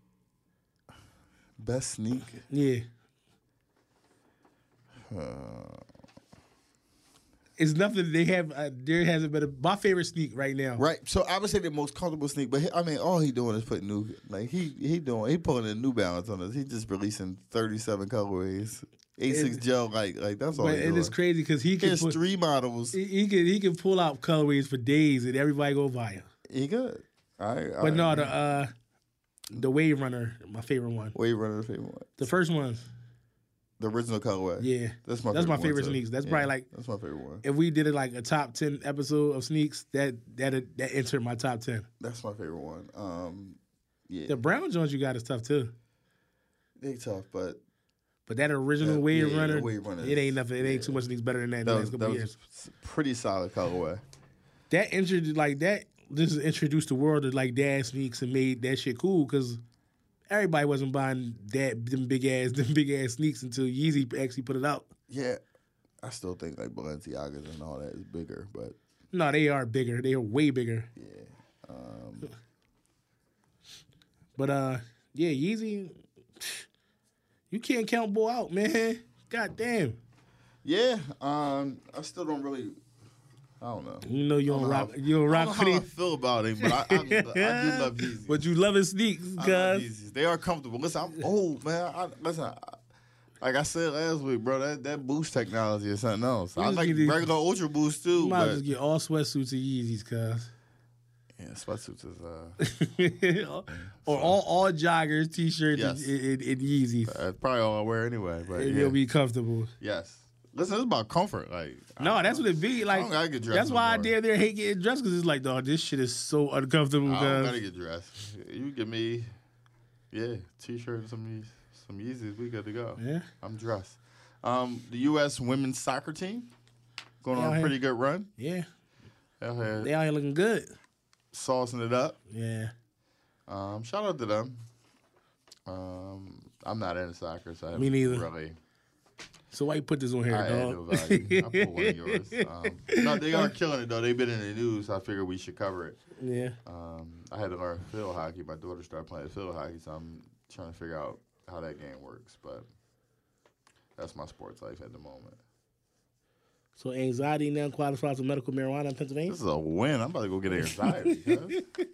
D: best sneak.
E: Yeah. It's nothing they have. Uh, there hasn't been a, my favorite sneak right now.
D: Right. So I would say the most comfortable sneak. But he, I mean, all he doing is putting new. Like he he doing he pulling a New Balance on us. He just releasing thirty seven colorways. A six gel. Like like that's all.
E: but
D: he
E: it
D: doing.
E: is crazy because he can
D: There's
E: put,
D: three models.
E: he, he can he can pull out colorways for days and everybody go buy him.
D: He good. All right.
E: But no, the uh, the Wave Runner, my favorite one.
D: Wave Runner the favorite one.
E: The first one,
D: The original colorway.
E: yeah.
D: That's my
E: That's
D: favorite
E: my
D: one,
E: favorite
D: too.
E: sneaks. That's
D: Yeah,
E: probably like
D: That's my favorite one.
E: if we did it like a top ten episode of sneaks, that that that entered my top ten.
D: That's my favorite one. Um yeah.
E: The brown joints you got is tough too,
D: they tough, but
E: but that original
D: Yeah,
E: Wave
D: yeah,
E: Runner,
D: the Wave Runner
E: it ain't
D: is-
E: nothing. It ain't too much sneaks better than that. in the
D: that
E: last
D: was,
E: couple
D: that was a
E: years,
D: s- pretty solid colorway.
E: that entered like that. This introduced the world to like dad sneaks and made that shit cool because everybody wasn't buying that them big ass them big ass sneaks until Yeezy actually put it out.
D: Yeah. I still think like Balenciagas and all that is bigger, but
E: No, they are bigger. They are way bigger. Yeah. Um. But uh, yeah, Yeezy, you can't count Bull out, man. God damn.
D: yeah, um I still don't really I don't know.
E: You know you don't
D: know how-
E: rock. You don't
D: I
E: rock
D: don't
E: with
D: know how I
E: it,
D: feel about him, but I, I, I do love Yeezy.
E: but you loving sneaks,
D: I love
E: cuz.
D: Yeezys. They are comfortable. Listen, I'm old, man. I, listen, I,
B: Like I said last week, bro, that, that boost technology is something else. I
E: just
B: like
E: need to-
B: regular Ultra Boost too,
E: You might
B: but
E: just get all sweatsuits and Yeezys, cuz.
B: yeah, sweatsuits is uh,
E: or all, all joggers, t shirts,
B: Yes.
E: and, and, and Yeezys.
B: uh, probably all I wear anyway. But
E: And
B: yeah.
E: you'll be comfortable.
B: yes, listen, it's about comfort. Like
E: No, that's what it be. Like
B: don't gotta get dressed
E: that's
B: no
E: why I
B: more.
E: damn near hate getting dressed because it's like, dog, this shit is so uncomfortable.
D: I don't gotta
E: Cause
D: get dressed. You give me, yeah, t-shirt and some Yeez- some Yeezys. We good to go.
E: yeah,
D: I'm dressed. Um, the U.S. women's soccer team going
E: Yeah,
D: on
E: I-
D: a pretty good run.
E: yeah,
D: Out here
E: they out here looking good.
D: saucing it up.
E: Yeah,
D: Um, shout out to them. Um, I'm not into soccer, so I
E: Me
D: haven't
E: neither.
D: Really,
E: so why you put this on here,
D: I add no
E: dog?
D: value. I put one of yours. Um, no, they are killing it though. They've been in the news. I figured we should cover it.
E: Yeah,
D: Um, I had to learn field hockey. My daughter started playing field hockey, so I'm trying to figure out how that game works. But that's my sports life at the moment.
E: so anxiety now qualifies for medical marijuana in Pennsylvania.
D: This is a win. I'm about to go get anxiety. cuz.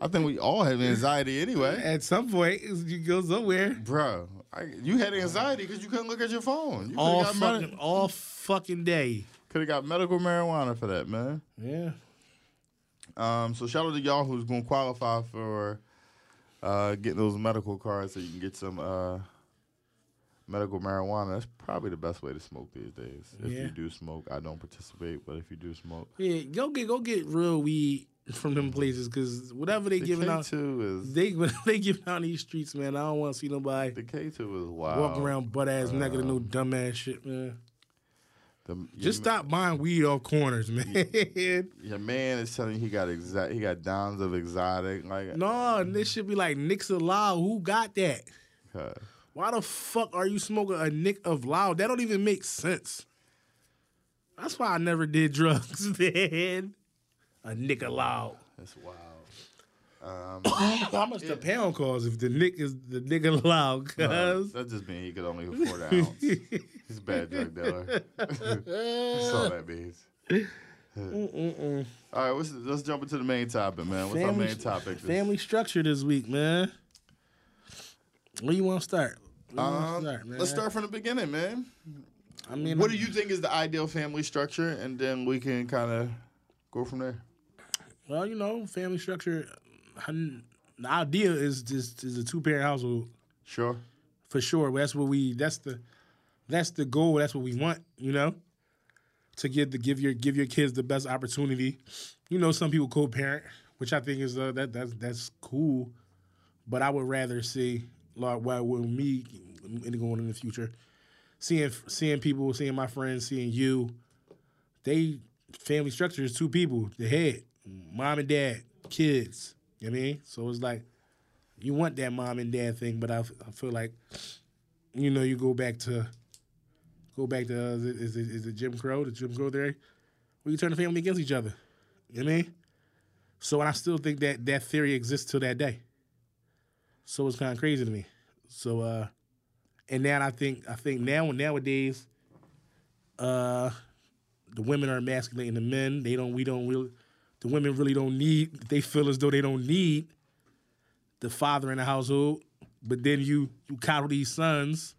D: I think we all have anxiety anyway.
E: At some point, you go somewhere.
D: Bro, I, you had anxiety because you couldn't look at your phone. You
E: All
D: could have got,
E: fucking, all fucking day.
D: could have got medical marijuana for that, man.
E: Yeah,
D: Um, so shout out to y'all who's going to qualify for uh, getting those medical cards so you can get some uh, medical marijuana. That's probably the best way to smoke these days. If
E: Yeah.
D: you do smoke, I don't participate, but if you do smoke,
E: yeah. Go get, go get real weed from them places because whatever they
D: the
E: giving out,
D: K2 is
E: they they giving out in these streets, man. I don't want to see nobody
D: the K2 is wild.
E: walking around butt ass naked
D: um,
E: and no dumb ass shit, man.
D: The-
E: Just
D: your,
E: stop buying weed off corners, man.
D: Your man is telling you he got exact. He got downs of exotic. Like
E: no, and this should be like Nick's of Loud. Who got that?
D: uh,
E: Why the fuck are you smoking a Nick of Loud? That don't even make sense. That's why I never did drugs, man. A Nick of Loud.
D: it's wild.
E: How much the pound cost if the Nick is the Nick of Loud?
D: Uh,
E: Cause
D: that just means he could only afford an ounce. He's a bad drug dealer. That's all that means. All right, let's, let's jump into the main topic, man. What's
E: Family-
D: our main topic?
E: family structure this week, man. Where you want to start? Where you wanna
D: Um,
E: man?
D: let's start from the beginning, man.
E: I mean,
D: What do you think is the ideal family structure, and then we can kind of go from there.
E: Well, you know, family structure. hun- The idea is just is a two parent household
D: Sure.
E: for sure. That's what we. That's the. That's the goal. That's what we want. You know, to give the give your give your kids the best opportunity. You know, some people co-parent, which I think is uh, that that's that's cool, but I would rather see like why will me and going in the future, seeing seeing people, seeing my friends, seeing you, they family structure is two people, the head, mom and dad, kids. You know what I mean? So it's like you want that mom and dad thing, but I, f- I feel like you know you go back to go back to uh, is, it, is, it, is it Jim Crow, the Jim Crow theory, where you turn the family against each other. You know what I mean? So and I still think that that theory exists till that day. So it's kind of crazy to me. So uh and now I think I think now nowadays uh the women are emasculating the men. They don't. We don't really. The women really don't need. They feel as though they don't need the father in the household. But then you you coddle these sons,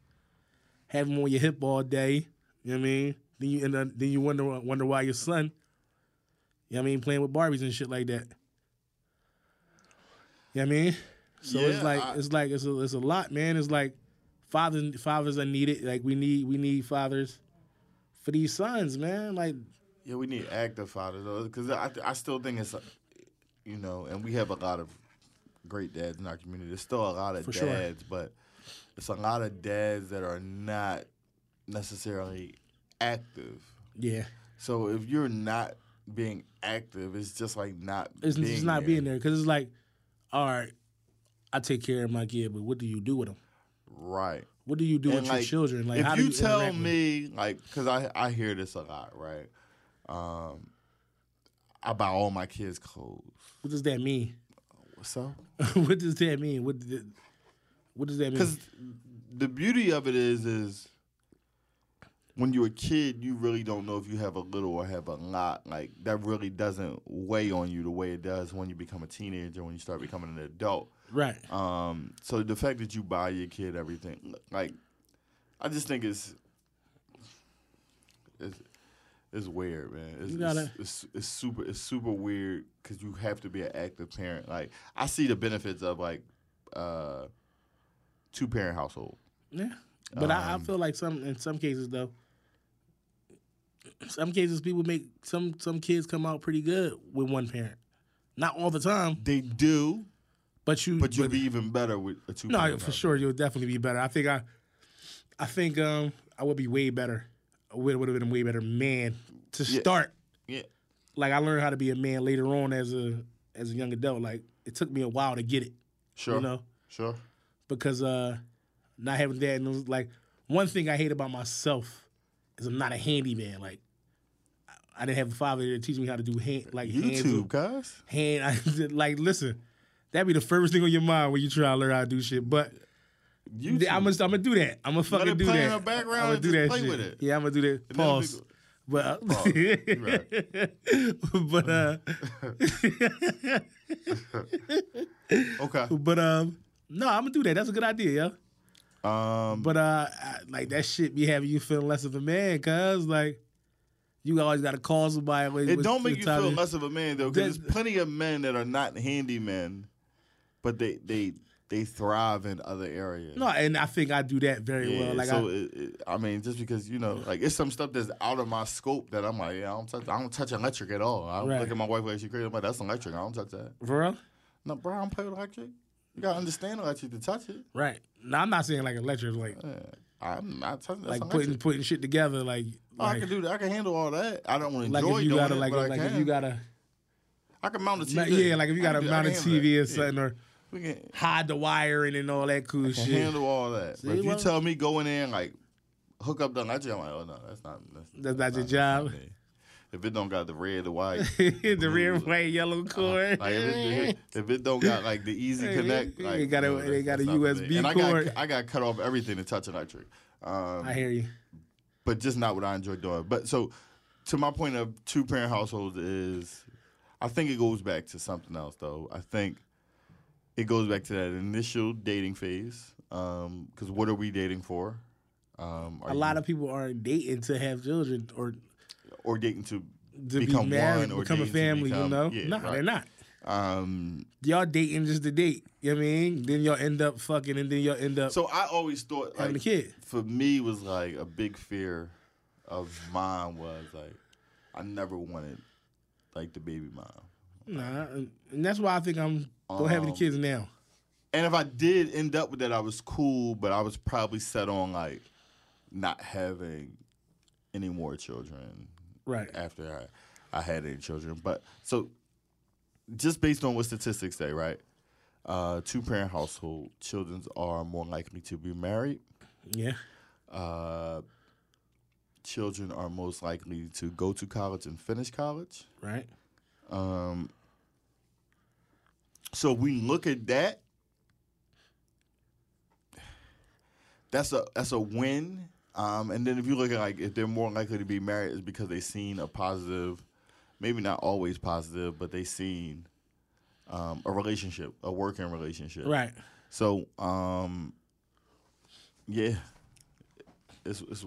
E: have them on your hip all day. You know what I mean? Then you end up, then you wonder wonder why your son. You know what I mean? Playing with Barbies and shit like that. You know what I mean? So it's
D: Yeah,
E: like
D: I-
E: it's like it's a, it's a lot, man. It's like fathers fathers are needed. Like we need we need fathers for these sons, man. Like
D: Yeah, we need active fathers though, because I, I still think it's, uh, you know, and we have a lot of great dads in our community. There's still a lot of
E: For sure.
D: dads, but it's a lot of dads that are not necessarily active.
E: yeah,
D: So if you're not being active, it's just like not.
E: it's
D: being
E: just not
D: there.
E: being there because it's like, all right, I take care of my kid, but what do you do with them?
D: Right.
E: What do you do
D: And,
E: with your children? Like,
D: if
E: how
D: you,
E: do you
D: tell
E: interact with-
D: me, like, because I I hear this a lot, right? Um, I buy all my kids clothes.
E: what does that mean?
D: So
E: what does that mean? What did, what does that mean?
D: because the beauty of it is is when you're a kid you really don't know if you have a little or have a lot like that really doesn't weigh on you the way it does when you become a teenager when you start becoming an adult
E: Right,
D: um so the fact that you buy your kid everything like I just think it's it's, it's weird, man. It's,
E: You gotta-
D: it's, it's it's super it's super weird because you have to be an active parent. Like I see the benefits of like uh two parent household.
E: Yeah, but I, I
D: Um,
E: feel like some in some cases though, some cases people make some some kids come out pretty good with one parent. Not all the time,
D: They do,
E: but you.
D: but you'd be even better with a two.
E: no, for sure you'll definitely be better. I think I, I think um I would be way better. I would would have been a way better man to
D: Yeah.
E: start.
D: Yeah,
E: Like I learned how to be a man later on as a as a young adult. Like it took me a while to get it.
D: sure,
E: You know.
D: sure.
E: because uh not having that and it was like one thing I hate about myself is I'm not a handyman. Like I- I didn't have a father to teach me how to do hand like
D: YouTube,
E: hands,
D: guys.
E: hand. I did- like listen, that'd be the first thing on your mind when you try to learn how to do shit. But
D: YouTube.
E: I'm gonna I'm gonna do that. I'm gonna fucking
D: it
E: do
D: play in
E: that.
D: the background
E: I'ma
D: and just play with it.
E: Yeah, I'm gonna do that. Pause.
D: go-
E: But uh, but uh
D: okay.
E: but um no, I'm gonna do that. That's a good idea, yo.
D: Um,
E: But uh, I- like that shit be having you feeling less of a man, cause like you always got to call somebody. when-
D: It
E: when-
D: don't make
E: when
D: you
E: time
D: feel
E: is-
D: less of a man though, because
E: That-
D: there's plenty of men that are not handymen, but they they they thrive in other areas.
E: No, and I think I do that very
D: Yeah,
E: well. Like
D: so
E: I,
D: it, it, I mean, just because you know, like it's some stuff that's out of my scope that I'm like, yeah, I don't touch. I don't touch electric at all. I
E: Right.
D: look at my wife like she crazy. I'm like, that's electric. I don't touch that.
E: for real,
D: No, bro, I don't play with electric. You gotta understand electric to touch it.
E: right? No, I'm not saying like electric, like
D: I'm not touching. That's
E: like
D: electric.
E: putting putting shit together, like
D: Oh, I
E: like,
D: can do that. I can handle all that. I don't want to
E: like
D: enjoy
E: if you
D: doing
E: gotta
D: it,
E: like
D: but
E: like
D: I can.
E: if you gotta
D: I can mount a
E: ma-
D: TV.
E: yeah, like if you
D: I can
E: gotta
D: do- I
E: mount a
D: can handle that.
E: TV or
D: Yeah.
E: something or
D: We can,
E: hide the wiring and all that cool
D: can
E: shit.
D: handle all that. but if you
E: well-
D: tell me go in there and like hook up the electric, I'm like, oh no, that's not that's,
E: That's not your job.
D: me. If it don't got the red, the white,
E: the rear way yellow
D: Uh-huh.
E: cord.
D: like if it, if it don't got like the easy
E: Hey,
D: connect,
E: they
D: like
E: got a-
D: no, that's-
E: they got a
D: that's not for me.
E: USB
D: and I
E: cord.
D: got I got cut off everything to touch electric, um,
E: I hear you.
D: but just not what I enjoy doing. But so to my point of two parent households is, I think it goes back to something else though. I think it goes back to that initial dating phase because what are we dating for? Um,
E: A lot of people aren't dating to have children or
D: or dating to,
E: to
D: become
E: be married,
D: one or
E: become a
D: dating to
E: family, you
D: become-
E: know?
D: yeah,
E: nah,
D: right.
E: they're not.
D: Um,
E: Y'all dating just to date. You know what I mean? Then y'all end up fucking and then y'all end up
D: so I always thought
E: having
D: like,
E: a kid.
D: for me was like a big fear of mine was like I never wanted like the baby mom.
E: Nah. And and that's why I think I'm don't have any
D: Um,
E: kids now.
D: And if I did end up with that, I was cool, but I was probably set on like not having any more children
E: Right.
D: after I, I had any children. But so just based on what statistics say, right? Uh, two parent household children are more likely to be married.
E: Yeah.
D: Uh, children are most likely to go to college and finish college.
E: Right.
D: Um, so we look at that. That's a that's a win. Um, and then if you look at like if they're more likely to be married, it's because they've seen a positive, maybe not always positive, but they've seen um, a relationship, a working relationship.
E: Right.
D: So, um, yeah, it's it's.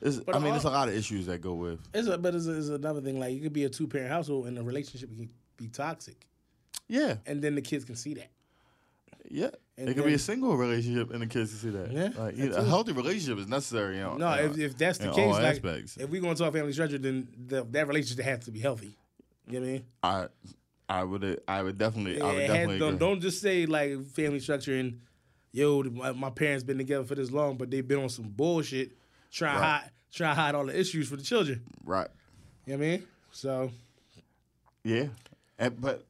D: it's I mean, it's a lot of issues that go with
E: It's a, but it's, it's another thing. Like, you could be a two parent household and the relationship can be toxic.
D: yeah,
E: And then the kids can see that.
D: Yeah,
E: And
D: it could be
E: then-
D: a single relationship, and the kids can see that.
E: Yeah,
D: like, you know, a healthy relationship is necessary. You know,
E: No,
D: in-
E: if, if that's the
D: Uh, in
E: case,
D: all
E: like,
D: aspects.
E: if we're going to talk family structure, then the, that relationship has to be healthy. You know what I mean?
D: I, I would, I would definitely, I would
E: It has-
D: definitely.
E: don't,
D: agree.
E: don't just say like family structure and yo, my, my parents been together for this long, but they've been on some bullshit. Try to
D: Right.
E: hide, try to hide all the issues for the children.
D: right.
E: You know what I mean? So
D: Yeah, and, but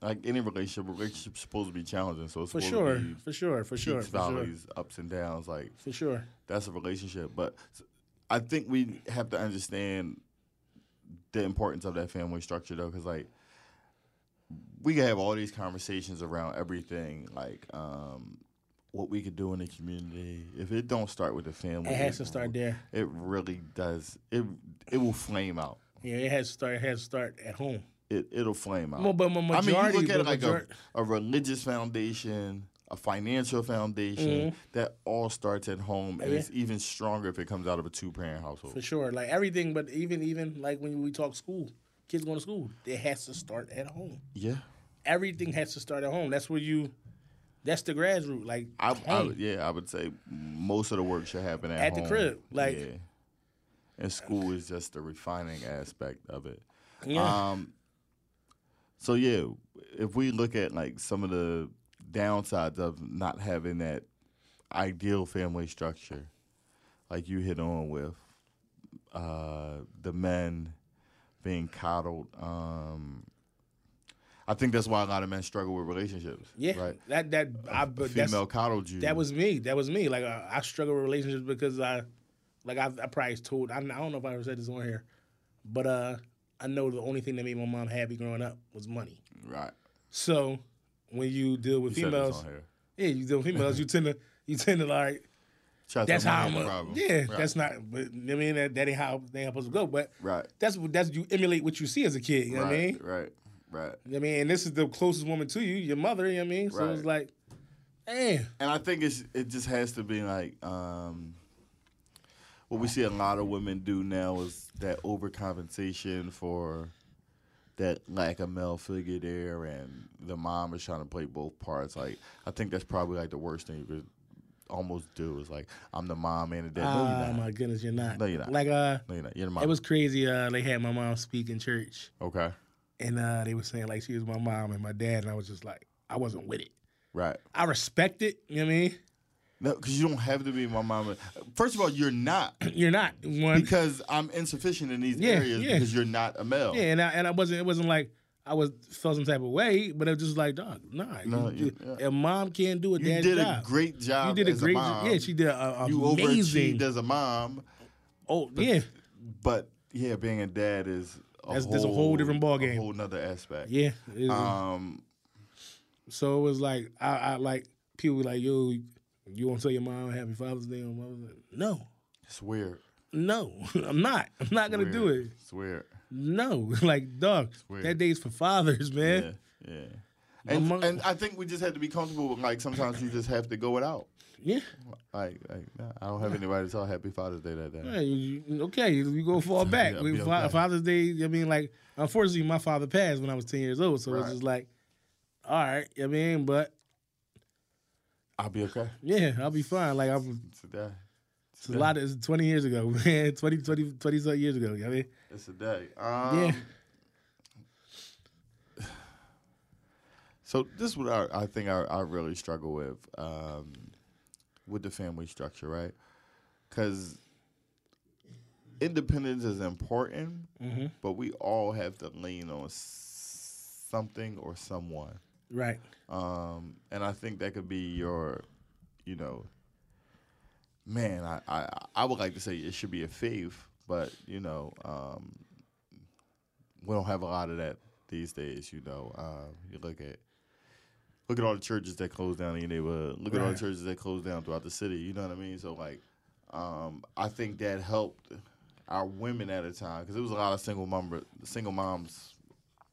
D: like any relationship, relationship's supposed to be challenging. So it's
E: for
D: supposed
E: sure,
D: to be peaks,
E: for sure, for sure, for sure,
D: valleys, ups and downs. Like
E: for sure.
D: that's a relationship, but s- I think we have to understand the importance of that family structure though, because like we can have all these conversations around everything, like um, what we could do in the community. If it don't start with the family,
E: It has to start there.
D: It really does. It it will flame out.
E: Yeah, it has to start. It has to start at home.
D: It it'll flame out.
E: Well, but my majority-
D: I mean, you look at
E: but
D: it like
E: major-
D: a, a religious foundation, a financial foundation
E: Mm-hmm.
D: that all starts at home, and it's even stronger if it comes out of a two parent household.
E: for sure. Like everything, but even even like when we talk school, kids going to school, it has to start at home.
D: Yeah,
E: Everything has to start at home. That's where you. That's the grassroots. Like
D: I, I
E: home.
D: would- yeah, I would say most of the work should happen at,
E: At the
D: home.
E: crib, like-
D: yeah. and school is just the refining aspect of it.
E: yeah.
D: Um, so yeah, if we look at like some of the downsides of not having that ideal family structure, like you hit on with uh, the men being coddled, um, I think that's why a lot of men struggle with relationships.
E: yeah,
D: right.
E: that that I, but that's-
D: Female coddled you.
E: that was me. That was me. Like I, I struggle with relationships because I, like I, I probably told. I, I don't know if I ever said this on here, but uh, I know the only thing that made my mom happy growing up was money.
D: right.
E: So when you deal with
D: You said this
E: females,
D: on here.
E: yeah, you deal with females, you tend to you tend to like
D: Try to
E: that's
D: tell me you
E: how I'm.
D: had a
E: A,
D: problem.
E: yeah,
D: Right.
E: that's not. But I mean that, that ain't how they supposed to go. But
D: Right.
E: that's what that's you emulate what you see as a kid. You know what I mean?
D: right, right, right.
E: You know what I mean, and this is the closest woman to you, your mother. You know what I mean? So it's like, damn.
D: and I think it's it just has to be like um, what we see a lot of women do now is that overcompensation for that lack of male figure there, and the mom is trying to play both parts. Like I think that's probably like the worst thing you could almost do is like I'm the mom and the dad. no,
E: Oh
D: you're not.
E: my goodness, you're not.
D: No, you're not.
E: Like uh,
D: No, you're not. You're the mom.
E: it was crazy. Uh, they had my mom speak in church,
D: okay,
E: and uh, they were saying like she was my mom and my dad, and I was just like, I wasn't with it.
D: right?
E: I respect it. You know what I mean?
D: No, because you don't have to be my mom. First of all, you're not
E: You're not one.
D: because I'm insufficient in these
E: Yeah,
D: areas
E: yeah.
D: because you're not a male.
E: yeah, and I, and I wasn't. It wasn't like I was felt some type of way, but it was just like, dog, nah.
D: No,
E: you,
D: you- yeah.
E: If mom can't do it,
D: You
E: dad's
D: did
E: job.
D: a great job.
E: You did a
D: as
E: great.
D: mom.
E: Yeah, she did a, a
D: you
E: amazing.
D: overachieved as a mom,
E: oh yeah,
D: but yeah, being a dad is a
E: That's-
D: whole,
E: that's a whole different ballgame.
D: A whole nother aspect.
E: yeah. It-
D: Um.
E: so it was like I, I like people were like yo, you want to tell your mom Happy Father's Day on Mother's Day? No,
D: It's weird.
E: no, I'm not. I'm not gonna do
D: Weird.
E: it.
D: It's weird.
E: No, like dog.
D: weird.
E: That day's for fathers,
D: Yeah.
E: man.
D: Yeah. And,
E: mom-
D: and I think we just have to be comfortable with like sometimes you just have to go it out.
E: Yeah.
D: Like, like nah, I don't have anybody to tell Happy Father's Day that day.
E: Hey, you- you- okay, you you go fall back.
D: Yeah,
E: We-
D: be
E: Fa-
D: okay.
E: Father's Day. I mean, like unfortunately, my father passed when I was ten years old, so it's
D: Right.
E: just like, all right. I mean, but
D: I'll be okay
E: yeah, I'll be fine. Like I'm.
D: today.
E: It's a lot. Of, it's twenty years ago, man. 20, 20, 20 something years ago. I mean,
D: It's a day. Um,
E: yeah.
D: So this is what I, I think I, I really struggle with um, with the family structure, right? Because independence is important, but we all have to lean on s- something or someone.
E: Right.
D: Um, and I think that could be your, you know, man, I, I, I would like to say it should be a faith, but, you know, um, we don't have a lot of that these days, you know. Um, you look at look at all the churches that closed down in your neighborhood. Look at all the
E: Right.
D: churches that closed down throughout the city. You know what I mean? So like, um, I think that helped our women at a time because it was a lot of single mom single moms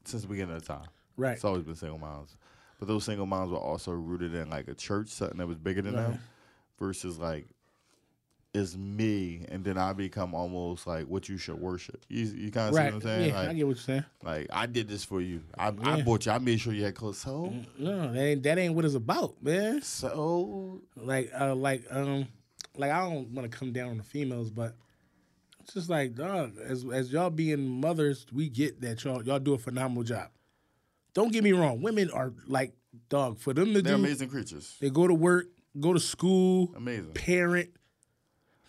D: since the beginning of the time.
E: Right.
D: It's always been single moms, but those single moms were also rooted in like a church, something that was bigger than them, versus like. It's me, and then I become almost like what you should worship. You, you kind of see
E: Right.
D: what I'm saying?
E: Yeah,
D: like,
E: I get what you're saying.
D: like I did this for you. I, I bought you. I made sure you had clothes. So,
E: Mm. No, that ain't that ain't what it's about, man.
D: so
E: like uh like um like I don't want to come down on the females, but it's just like dog. As as y'all being mothers, we get that y'all y'all do a phenomenal job. Don't get me wrong, women are like dog for them to
D: they're
E: do.
D: amazing creatures.
E: They go to work, go to school,
D: Amazing.
E: parent.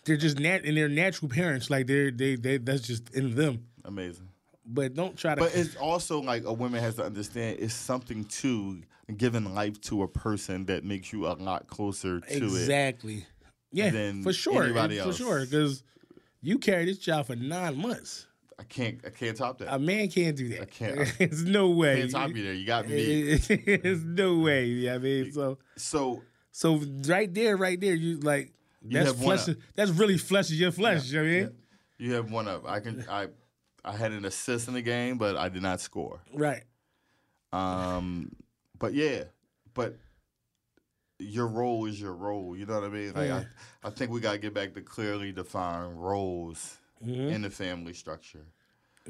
E: They're just nat and they're natural parents. Like they're they they that's just in them.
D: Amazing.
E: But don't try to.
D: But it's also like a woman has to understand it's something to giving life to a person that makes you a lot closer to it.
E: exactly. Yeah,
D: than
E: for sure.
D: anybody
E: For
D: else.
E: sure, because you carry this child for nine months.
D: I can't. I can't top that.
E: A man can't do that.
D: I can't-
E: There's no way.
D: I can't top you there. You got me.
E: There's no way. Yeah, I mean, so
D: So
E: so right there, right there, you like that's
D: have one
E: flesh.
D: up.
E: That's really fleshing your flesh. you know what I mean,
D: you have one up. I can. I. I had an assist in the game, but I did not score.
E: right?
D: Um, but yeah, but your role is your role. You know what I mean? Like I, I think we gotta get back to clearly define roles
E: Mm-hmm.
D: in the family structure.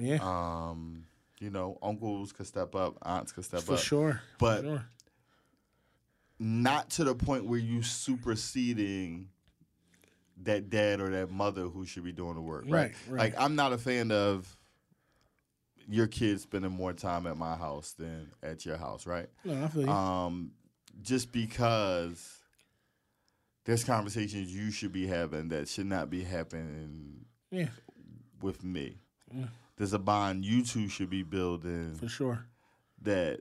E: Yeah,
D: Um, you know, uncles could step up, aunts could step
E: for
D: up,
E: sure.
D: but
E: for sure.
D: not to the point where you superseding that dad or that mother who should be doing the work, right?
E: Right, right.
D: Like I'm not a fan of your kids spending more time at my house than at your house, right?
E: No, I feel you.
D: um, just because there's conversations you should be having that should not be happening
E: yeah,
D: with me. There's a bond you two should be building
E: Mm. for sure.
D: that,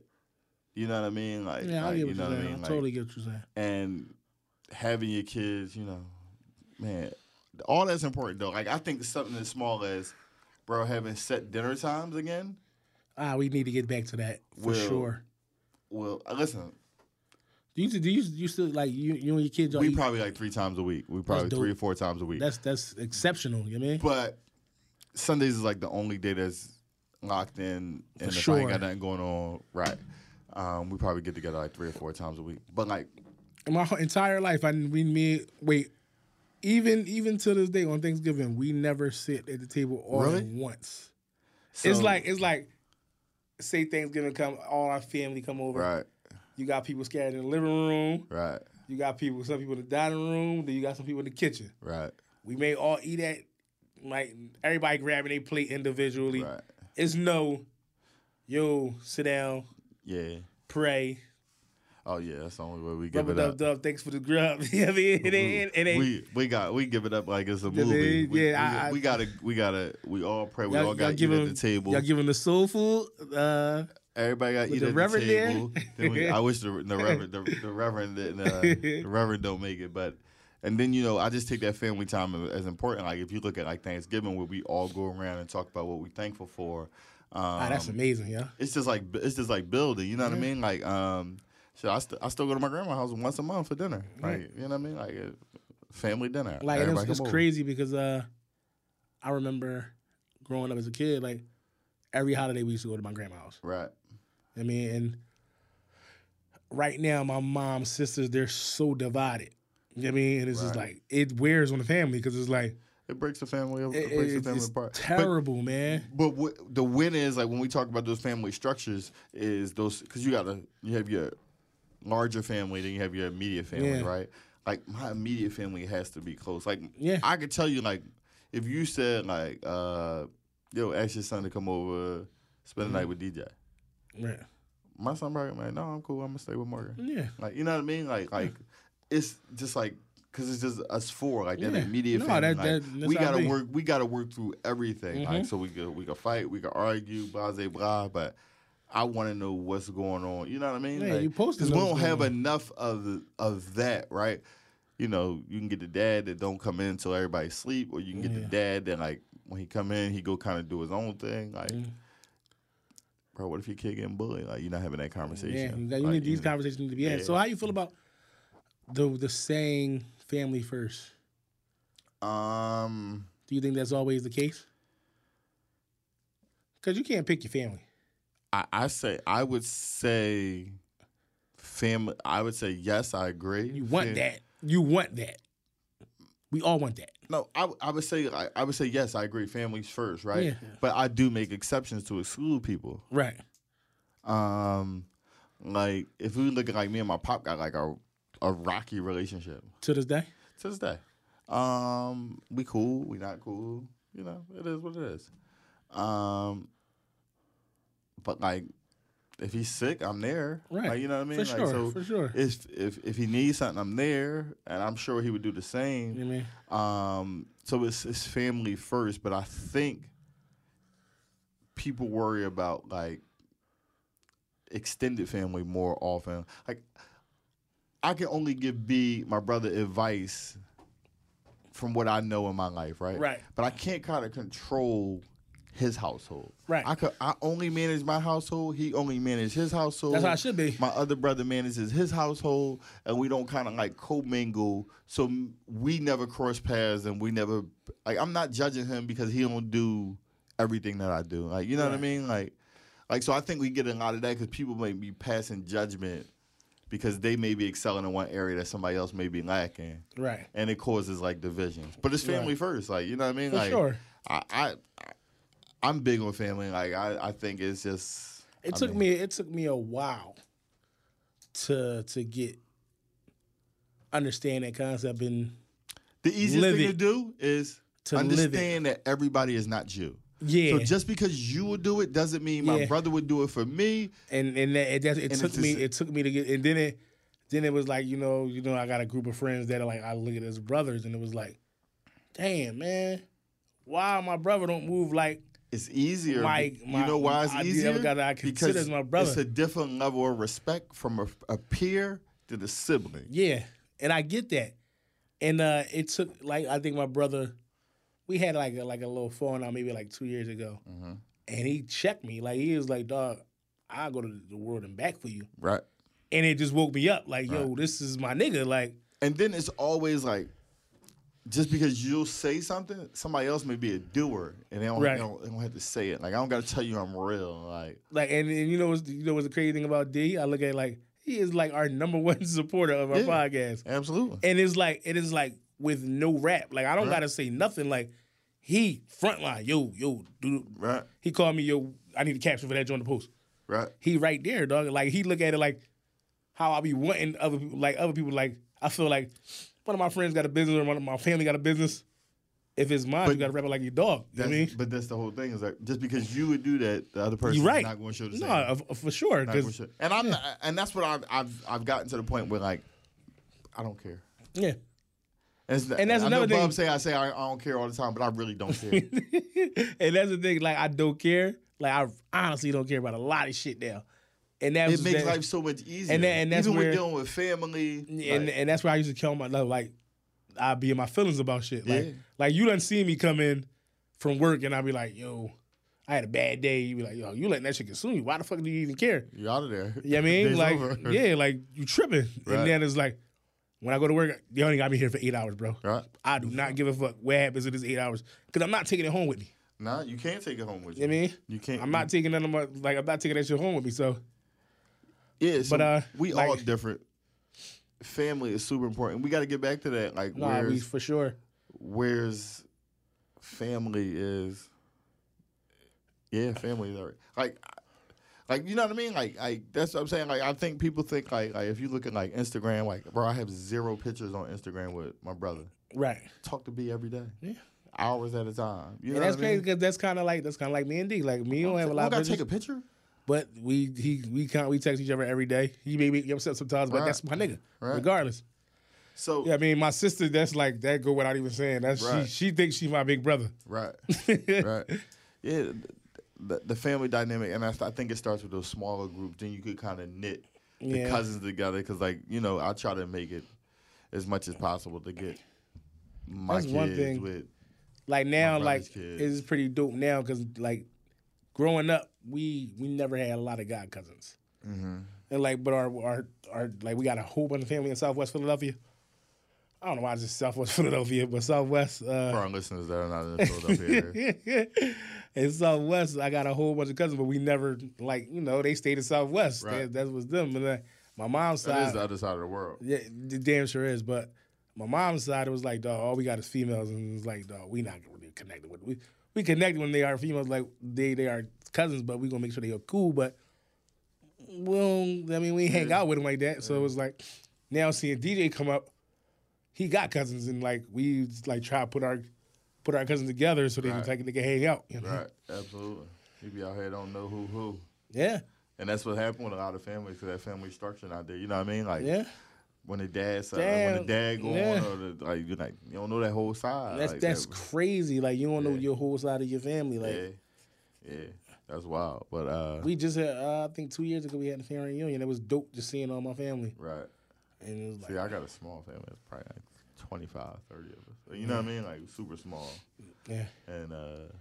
D: you know what I mean? Like,
E: Yeah, I
D: like,
E: get
D: you
E: what
D: know
E: you're
D: what I
E: saying.
D: mean?
E: I
D: Like,
E: totally get what you're saying.
D: And having your kids, you know, man, all that's important though. Like, I think something as small as, bro, having set dinner times again.
E: Ah, we need to get back to that for
D: Well,
E: sure.
D: Well, uh, listen,
E: Do you do you, do you still like you you and your kids? y'all
D: we
E: eat-
D: probably like three times a week. We probably
E: dope.
D: three or four times a week.
E: that's that's exceptional. You know what I mean?
D: But Sundays is like the only day that's locked in, and if I
E: sure.
D: ain't got nothing going on, right? Um, we probably get together like three or four times a week. But like,
E: my whole entire life, I we me wait, even even to this day on Thanksgiving, we never sit at the table all
D: Really?
E: at once.
D: so,
E: it's like it's like say Thanksgiving come, all our family come over.
D: right,
E: You got people scattered in the living room.
D: right,
E: You got people, some people in the dining room. Then you got some people in the kitchen.
D: right,
E: We may all eat at like everybody grabbing a plate individually.
D: right,
E: It's no, yo, sit down,
D: yeah.
E: pray,
D: Oh yeah, that's the only way we give
E: rub a
D: it
E: dub
D: up.
E: dub, thanks for the grub. you know what I mean? It ain't, it
D: Mm,
E: ain't,
D: We we got we give it up like it's a
E: Yeah,
D: movie.
E: they-
D: We,
E: yeah,
D: we,
E: I- I-
D: we gotta we gotta we all pray. We all gotta eat
E: give
D: at
E: them-
D: the table.
E: Y'all giving the soul food. Uh,
D: Everybody got to
E: With
D: eat
E: the
D: at
E: reverend
D: the
E: there?
D: table. Then we- I wish the, the reverend, the, the reverend, didn't, uh, the reverend don't make it. But and then you know, I just take that family time as important. Like if you look at like Thanksgiving, where we all go around and talk about what we're thankful for. Um,
E: ah, that's amazing, yeah.
D: it's just like it's just like building. You know what I mean? Like, um, so I, st- I still go to my grandma's house once a month for dinner. Like, you know what I mean? Like a family dinner.
E: Like and it's,
D: Everybody
E: it's
D: come over.
E: crazy because uh, I remember growing up as a kid, like every holiday we used to go to my grandma's house.
D: right?
E: I mean, and right now my mom, sisters, they're so divided. You know what I mean? And it's just like it wears on the family because it's like
D: It breaks the family. It,
E: it,
D: breaks
E: it-
D: the family
E: it's
D: apart. But-
E: terrible, man.
D: But what, the win is like when we talk about those family structures is those because you gotta you have your larger family then you have your immediate family
E: Yeah.
D: right like my immediate family has to be close like
E: Yeah.
D: I could tell you like if you said like uh yo ask your son to come over spend
E: Mm-hmm.
D: the night with DJ
E: Right.
D: my son probably like no I'm cool I'm gonna stay with Morgan
E: Yeah.
D: like you know what I mean like like it's just like because it's just us four like that
E: Yeah.
D: immediate
E: No,
D: family
E: that-
D: like,
E: that- that's
D: we
E: how it
D: gotta
E: be.
D: work we gotta work through everything
E: Mm-hmm.
D: like so we could we could fight we could argue blah blah blah but I want to know what's going on you know what I mean
E: Yeah,
D: Like,
E: you supposed to
D: 'cause
E: know
D: we
E: what's
D: don't
E: going
D: have
E: on.
D: enough of the- of that right you know you can get the dad that don't come in until everybody sleep or you can get the dad that like when he come in he go kind of do his own thing like.
E: Mm.
D: Bro, what if your kid getting bullied? Like you're not having that conversation.
E: Yeah. You, got- you
D: Like,
E: need these
D: you-
E: conversations to be had.
D: yeah.
E: So how you feel about the the saying family first?
D: Um,
E: Do you think that's always the case? Because you can't pick your family.
D: I, I say I would say family. I would say yes. I agree.
E: You want that. You want that. We all want that.
D: No, I, w- I would say I, I would say yes. I agree. Families first, right?
E: Yeah.
D: But I do make exceptions to exclude people.
E: Right.
D: Um, like if we look at like me and my pop got like a a rocky relationship
E: To this day.
D: to this day. Um, we cool. We not cool. You know, it is what it is. Um, but like, if he's sick, I'm there.
E: Right.
D: Like, you know what I mean?
E: For
D: like,
E: sure,
D: So
E: for sure.
D: If if if he needs something, I'm there, and I'm sure he would do the same.
E: You know what I mean?
D: Um, so it's it's family first, but I think people worry about like extended family more often. Like I can only give B my brother advice from what I know in my life, right?
E: Right.
D: But I can't kind of control his household.
E: Right.
D: I could I only manage my household, he only manage his household.
E: That's how it should be.
D: My other brother manages his household, and we don't kind of like commingle. So m- we never cross paths, and we never like. I'm not judging him because he don't do everything that I do. Like you know what I mean? Like, like so I think we get a lot of that because people may be passing judgment because they may be excelling in one area that somebody else may be lacking.
E: Right.
D: And it causes like divisions. But it's family
E: Right.
D: first, like you know what I mean?
E: For
D: like
E: sure.
D: I, I I'm big on family. Like I, I think it's just
E: It took me it took me a while to to get understand that concept and
D: the easiest
E: Live
D: thing to
E: it.
D: do is
E: To live it.
D: understand that everybody is not you.
E: yeah
D: So just because you would do it doesn't mean my
E: Yeah.
D: brother would do it for me.
E: and and that, it, that, it
D: And
E: took
D: it's
E: me
D: just-
E: it took me to get and then it then it was like you know you know I got a group of friends that are like I look at as brothers and it was like damn man why my brother don't move like
D: It's easier.
E: My-
D: be-
E: my-
D: you know why it's
E: I- the
D: easier?
E: other guy that I consider
D: because
E: is my brother.
D: It's a different level of respect from a, a peer to the sibling.
E: Yeah, and I get that. And uh it took like I think my brother, we had like a, like a little phone out maybe like two years ago,
D: Mm-hmm.
E: and he checked me like he was like, "Dog, I'll go to the world and back for you,"
D: Right.
E: and it just woke me up like, "Yo, this is my nigga." Like,
D: And then it's always like, just because you'll say something, somebody else may be a doer, and they don't,
E: Right.
D: they don't, they don't have to say it. Like I don't got to tell you I'm real. Like
E: like, and, and you know what's you know what's the crazy thing about D? I look at it like he is like our number one supporter of our
D: Yeah.
E: podcast,
D: absolutely.
E: and it's like it is like with no rap. Like I don't gotta say nothing. Like he frontline, yo, yo, dude.
D: Right.
E: He called me, yo, I need a caption for that joint to post.
D: Right.
E: he right there, dog. Like he look at it like how I be wanting other people, like other people. Like I feel like one of my friends got a business or one of my family got a business. If it's mine, you
D: But-
E: got to rap it like your dog. You know
D: That's,
E: what I mean,
D: But that's the whole thing. Is like just because you would do that, the other person
E: you're right.
D: is not going to show the
E: no,
D: same.
E: of- of- for sure.
D: Not
E: 'cause-
D: gonna show- And I'm not, and that's what I've, I've I've gotten to the point where like, I don't care.
E: yeah,
D: And, it's,
E: And that's
D: I
E: another
D: know
E: thing-
D: Bub say I say I, I don't care all the time, but I really don't care.
E: and that's the thing. Like I don't care. Like I honestly don't care about a lot of shit now. And that
D: it
E: was
D: makes
E: that,
D: life so much easier.
E: and that- and that's
D: even
E: where-
D: when dealing with family.
E: and
D: like,
E: and that's where I used to kill my love. Like I'd be in my feelings about shit. Like
D: Yeah.
E: like you done see me come in from work and I'd be like, yo, I had a bad day. You be like, yo, you letting that shit consume you. Why the fuck do you even care?
D: you out of there.
E: You know what I mean?
D: Day's
E: like
D: over.
E: yeah, like you tripping.
D: Right.
E: And then it's like when I go to work, you only got me here for eight hours, bro.
D: Right.
E: I do not give a fuck what happens in this eight hours because I'm not taking it home with me.
D: Nah, you can't take it home with you.
E: You know what I mean?
D: You can't.
E: I'm not taking none of my like I'm not taking that shit home with me. So
D: Yeah, so
E: but, uh,
D: we
E: like-
D: all different. Family is super important. We got to get back to that. Like,
E: nah, we
D: where's
E: for sure.
D: where's family is. Yeah, family is alright. like, like you know what I mean. Like, like that's what I'm saying. Like, I think people think like, like if you look at like Instagram, like, bro, I have zero pictures on Instagram with my brother.
E: Right.
D: talk to B every day.
E: Yeah.
D: Hours at a time. You know
E: And that's
D: what I mean?
E: crazy because that's kind of like that's kind of like me and D. Like me, don't have a
D: We
E: lot. of
D: gotta
E: business.
D: take a picture.
E: But we he we can we text each other every day. He may be upset sometimes, but
D: Right.
E: that's my nigga.
D: Right.
E: Regardless.
D: So
E: Yeah, I mean my sister, that's like that go without even saying. That's
D: Right.
E: she she thinks she's my big brother.
D: right, right. Yeah, th- the, the family dynamic, and I, I think it starts with those smaller groups. Then you could kind of knit the
E: Yeah.
D: cousins together because, like, you know, I try to make it as much as possible to get my
E: That's
D: kids
E: one thing.
D: with
E: Like now,
D: brother's
E: like
D: kids.
E: it's pretty dope now because like growing up, we we never had a lot of god cousins.
D: Mm-hmm.
E: And like, but our our our like we got a whole bunch of family in Southwest Philadelphia. I don't know why it's just Southwest Philadelphia, but Southwest. Uh,
D: for our listeners that are not in the Philadelphia area.
E: in Southwest, I got a whole bunch of cousins, but we never like you know they stayed in Southwest.
D: Right.
E: That, that was them. And then my mom's
D: That is
E: side,
D: the other side of the world.
E: yeah, d- damn sure is. But my mom's side, it was like, dog, all we got is females, and it's like, dog, we not really connected with we we connected when they are females, like they they are cousins, but we gonna make sure they are cool, but. Well, I mean, we hang out with them like that, so it was like now seeing DJ come up, he got cousins, and like we like try to put our put our cousins together so they can
D: Right.
E: like they can hang out. You know?
D: Right, absolutely. You be out here don't know who who,
E: Yeah,
D: and that's what happened with a lot of families because that family structure not there. You know what I mean? Like,
E: yeah.
D: when the dad side, like, when the
E: Damn,
D: dad go
E: yeah.
D: on, or the, like you like you don't know that whole side.
E: That's
D: like,
E: that's
D: that-
E: crazy. Like you don't know
D: Yeah.
E: your whole side of your family. Like
D: yeah, yeah, that's wild. But uh,
E: we just had, uh, I think two years ago we had a family reunion. It was dope just seeing all my family,
D: right.
E: and it was like
D: See, I got a small family. It's probably like 25, 30 of us. You know what I mean? Like super small.
E: yeah,
D: And uh,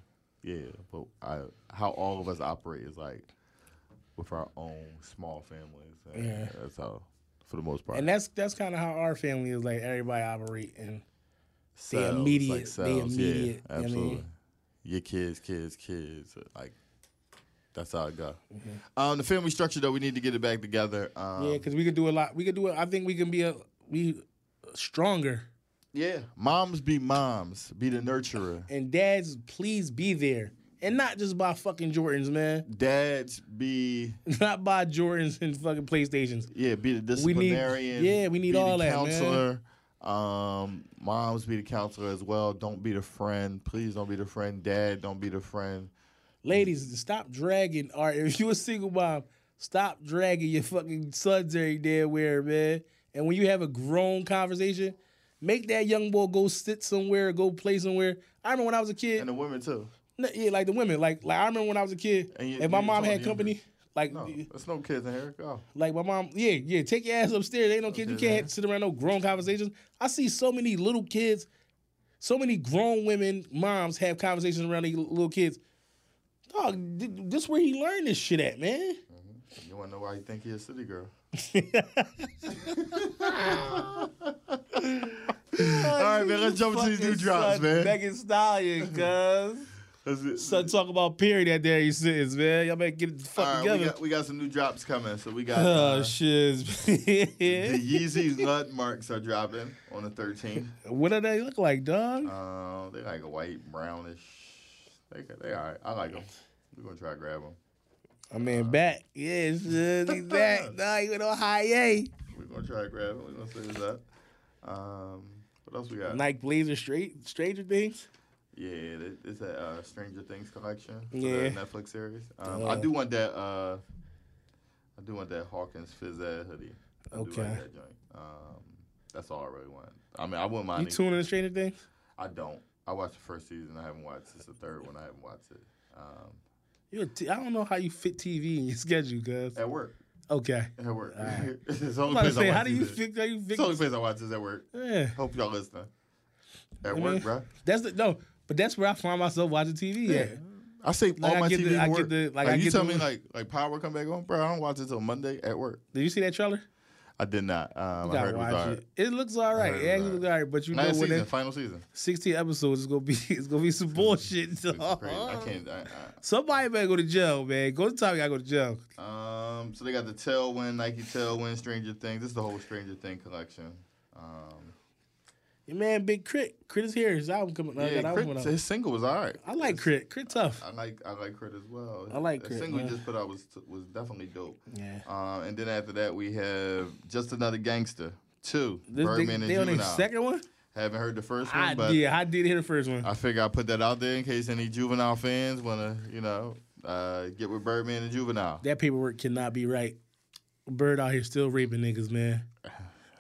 D: yeah, but I how all of us operate is like with our own small families. And
E: Yeah.
D: that's how for the most part.
E: and that's that's kind of how our family is. Like everybody operate and they
D: Cells,
E: immediate- they
D: cells,
E: immediate, I
D: Yeah,
E: mean-
D: absolutely. Your kids, kids, kids. Like
F: That's how it go. Um, the family structure though, we need to get it back together. Um,
E: Mm-hmm. Yeah, because we could do a lot. We could do. it. I think we can be a we stronger.
F: yeah.
D: Moms be moms. Be the nurturer.
E: And dads, please be there, and not just buy fucking Jordans, man.
D: Dads be
E: Not buy Jordans and fucking PlayStations.
D: yeah. Be the
E: We need-
D: disciplinarian.
E: yeah, we need
D: be
E: all
D: the
E: that, man.
D: counselor. Um, moms be the counselor as well. Don't be the friend. Please don't be the friend. Dad, don't be the friend.
E: Ladies, stop dragging. All right, if you a single mom, stop dragging your fucking sons every day where, man. And when you have a grown conversation, make that young boy go sit somewhere, go play somewhere. I remember when I was a kid.
D: And the women too.
E: No, yeah, like the women. Like, like I remember when I was a kid,
D: And you-
E: if my
D: you
E: mom
D: told
E: had
D: the
E: company, like,
D: No, there's no kids in here. Go.
E: like my mom, yeah, yeah, take your ass upstairs. Ain't no kids. You
D: Okay,
E: can't sit around no grown conversations. I see so many little kids, so many grown women, moms have conversations around these little kids. Dog, th- this where he learned this shit at, man.
D: You wanna know why you think he a city girl? All right, man. Let's jump into these new drops, man.
E: Megan Stallion, cuz.
D: Let's-
E: Son talk about period out there he sits, man. Y'all better get the fuck
D: All right,
E: together.
D: we got, we got some new drops coming. So we got
E: oh,
D: uh, the
E: shit.
D: Yeezy nut marks are dropping on the 13th.
E: what do they look like, dog?
D: Um, they like a white brownish. They they all right. I like them. We're gonna try to grab them.
E: I mean, back. Yes, uh, he's back. Nah, he went on high A.
D: We're gonna try to grab them. We're gonna see what's up. Um, what else we got?
E: Nike Blazer Straight Stranger Things.
D: Yeah, th- it's a uh, Stranger Things collection. For
E: Yeah.
D: the Netflix series. Um, I do want that. Uh, I do want that Hawkins Fizz Ed hoodie. I do like
E: Okay.
D: that joint. Um, that's all I really want. I mean, I wouldn't mind. e-
E: You
D: any-
E: tuning in Stranger Things?
D: I don't. I watched the first season. I haven't watched. It's the third one. I haven't watched it. Um,
E: You're a t- I don't know how you fit TV in your schedule, cuz.
D: at work.
E: Okay.
D: At work. it's the
E: I'm
D: only
E: about to
D: place I
E: say,
D: watch
E: how do you
D: TV.
E: fix? How you
D: It's
E: fix?
D: the only place I watch is at work.
E: Yeah.
D: Hope y'all listening. At
E: I
D: work,
E: mean,
D: bro.
E: That's the no, but that's where I find myself watching TV. Yeah.
D: I say
E: Like,
D: all
E: I
D: my
E: get
D: TV
E: the- I
D: at
E: get
D: work.
E: the- like,
D: like
E: I
D: you
E: get
D: tell
E: the-
D: me, like like power come back on, bro. I don't watch it till Monday at work.
E: Did you see that trailer?
D: I did not. Um, I
E: You gotta
D: heard it was
E: watch
D: alright.
E: it. It looks all right.
D: heard it
E: It actually
D: was
E: looks all right, but you know
D: Last
E: what?
D: season,
E: that-
D: final season.
E: 16 episodes is gonna be. It's gonna be some bullshit.
D: It's crazy. I can't. I,
E: Somebody better go to jail, man. Go to time. Gotta go to jail.
D: I, um, so they got the Tailwind, Nike Tailwind, Stranger Things. This is the whole Stranger Thing collection. Um,
E: Your man, Big Crit. Crit is here. His album coming. Yeah,
D: yeah,
E: album
D: Crit,
E: coming out.
D: his single was alright.
E: I like Crit. Crit tough.
D: I like I like Crit as well.
E: I like
D: the
E: Crit,
D: single he
E: man.
D: just put out was was definitely dope.
E: Yeah.
D: Um, and then after that we have just another gangster two
E: This, they,
D: Birdman
E: they
D: and
E: on their
D: Juvenile.
E: second one?
D: Haven't heard the first one,
E: I
D: but
E: did. I did hear the first one.
D: I figure I put that out there in case any Juvenile fans wanna you know uh, get with Birdman and Juvenile.
E: that paperwork cannot be right. Bird out here still raping niggas, man.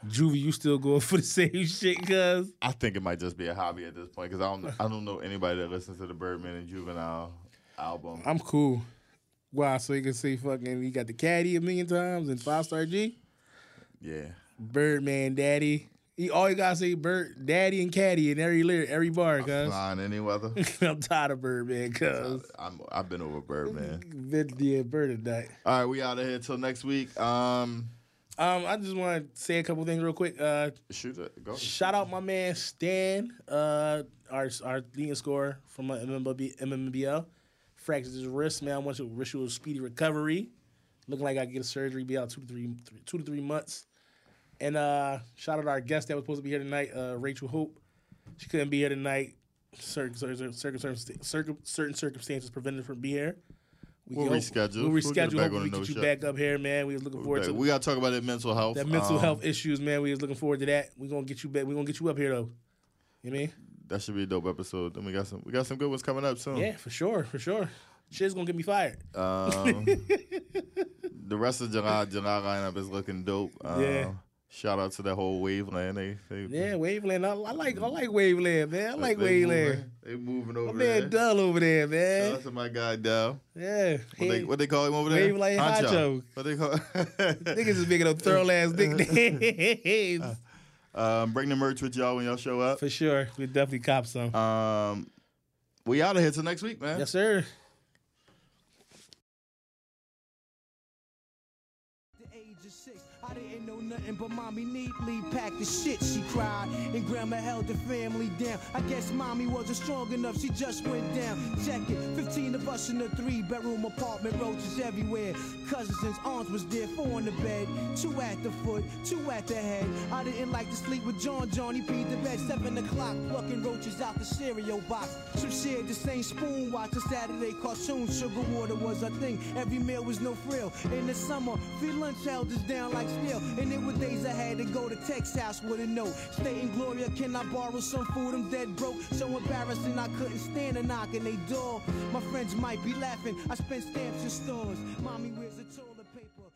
E: Juvie, you still going for the same shit, cuz?
D: I think it might just be a hobby at this point because I don't I don't know anybody that listens to the Birdman and Juvenile album.
E: I'm cool. Wow, so you can say fucking, you got the caddy a million times and five star G.
D: Yeah,
E: Birdman, daddy. You, all you gotta say, Bird, daddy, and caddy in every lyric, every bar, cuz.
D: flying any weather.
E: I'm tired of Birdman, cuz.
D: I'm I've been over Birdman.
E: Been the Bird at night.
D: All right, we out of here till next week. Um,
E: Um, I just want to say a couple things real quick. Uh,
D: shoot it, go.
E: Shout out my man Stan, uh, our our leading scorer from uh, my MMB, MMBL. Fractured his wrist, man. I want to wish you a speedy recovery. Looking like I get a surgery, be out two to three, three two to three months. And uh, shout out our guest that was supposed to be here tonight, uh, Rachel Hope. She couldn't be here tonight. Certain certain certain, certain, certain circumstances prevented her from being here. We
D: We'll
E: hope-
D: reschedule.
E: We'll
D: We'll get
E: reschedule.
D: her back on
E: Hopefully
D: the
E: we get
D: No
E: you
D: Show.
E: back up here, man. We're looking forward to
D: we gotta talk about that mental health.
E: that mental
D: Um,
E: health issues, man. We was looking forward to that. We gonna get you back. We gonna get you up here though. You know what I mean?
D: That should be a dope episode. Then we got some we got some good ones coming up soon.
E: Yeah, for sure, for sure. Shit's gonna get me fired.
D: Um, the rest of July July lineup is looking dope. Um,
E: Yeah.
D: Shout out to that whole Waveland. They, they
E: Yeah, Waveland. I, I like I like Waveland, man. I
D: they
E: like Waveland.
D: moving, they moving over
E: My
D: there.
E: man Dull over there,
D: Shout
E: man.
D: out to my guy Dell.
E: Yeah.
D: What, they,
E: Hey,
D: what they call him over there?
E: Waveland Honcho.
D: What they call?
E: Niggas is making up thorough ass nicknames.
D: um, bring the merch with y'all when y'all show up.
E: For sure. We definitely cop some.
D: Um, we out of here till next week, man.
E: yes, sir.
C: The age of to six. I didn't know nothing, but mommy neatly packed the shit, she cried. And grandma held the family down. I guess mommy wasn't strong enough, she just went down. Check it, 15 of us in a three bedroom apartment, roaches everywhere. Cousins and aunts was there, four on the bed, two at the foot, two at the head. I didn't like to sleep with John, Johnny peed the bed, seven o'clock, plucking roaches out the cereal box. Some shared the same spoon, watch a Saturday cartoon. Sugar water was our thing, every meal was no frill. In the summer, free lunch held us down like steel. And it was days I had to go to Texas house with a note. Stating Gloria, can I borrow some food? I'm dead broke. So embarrassing, I couldn't stand a knock on their door. My friends might be laughing, I spent stamps in stores. Mommy wears a toilet paper.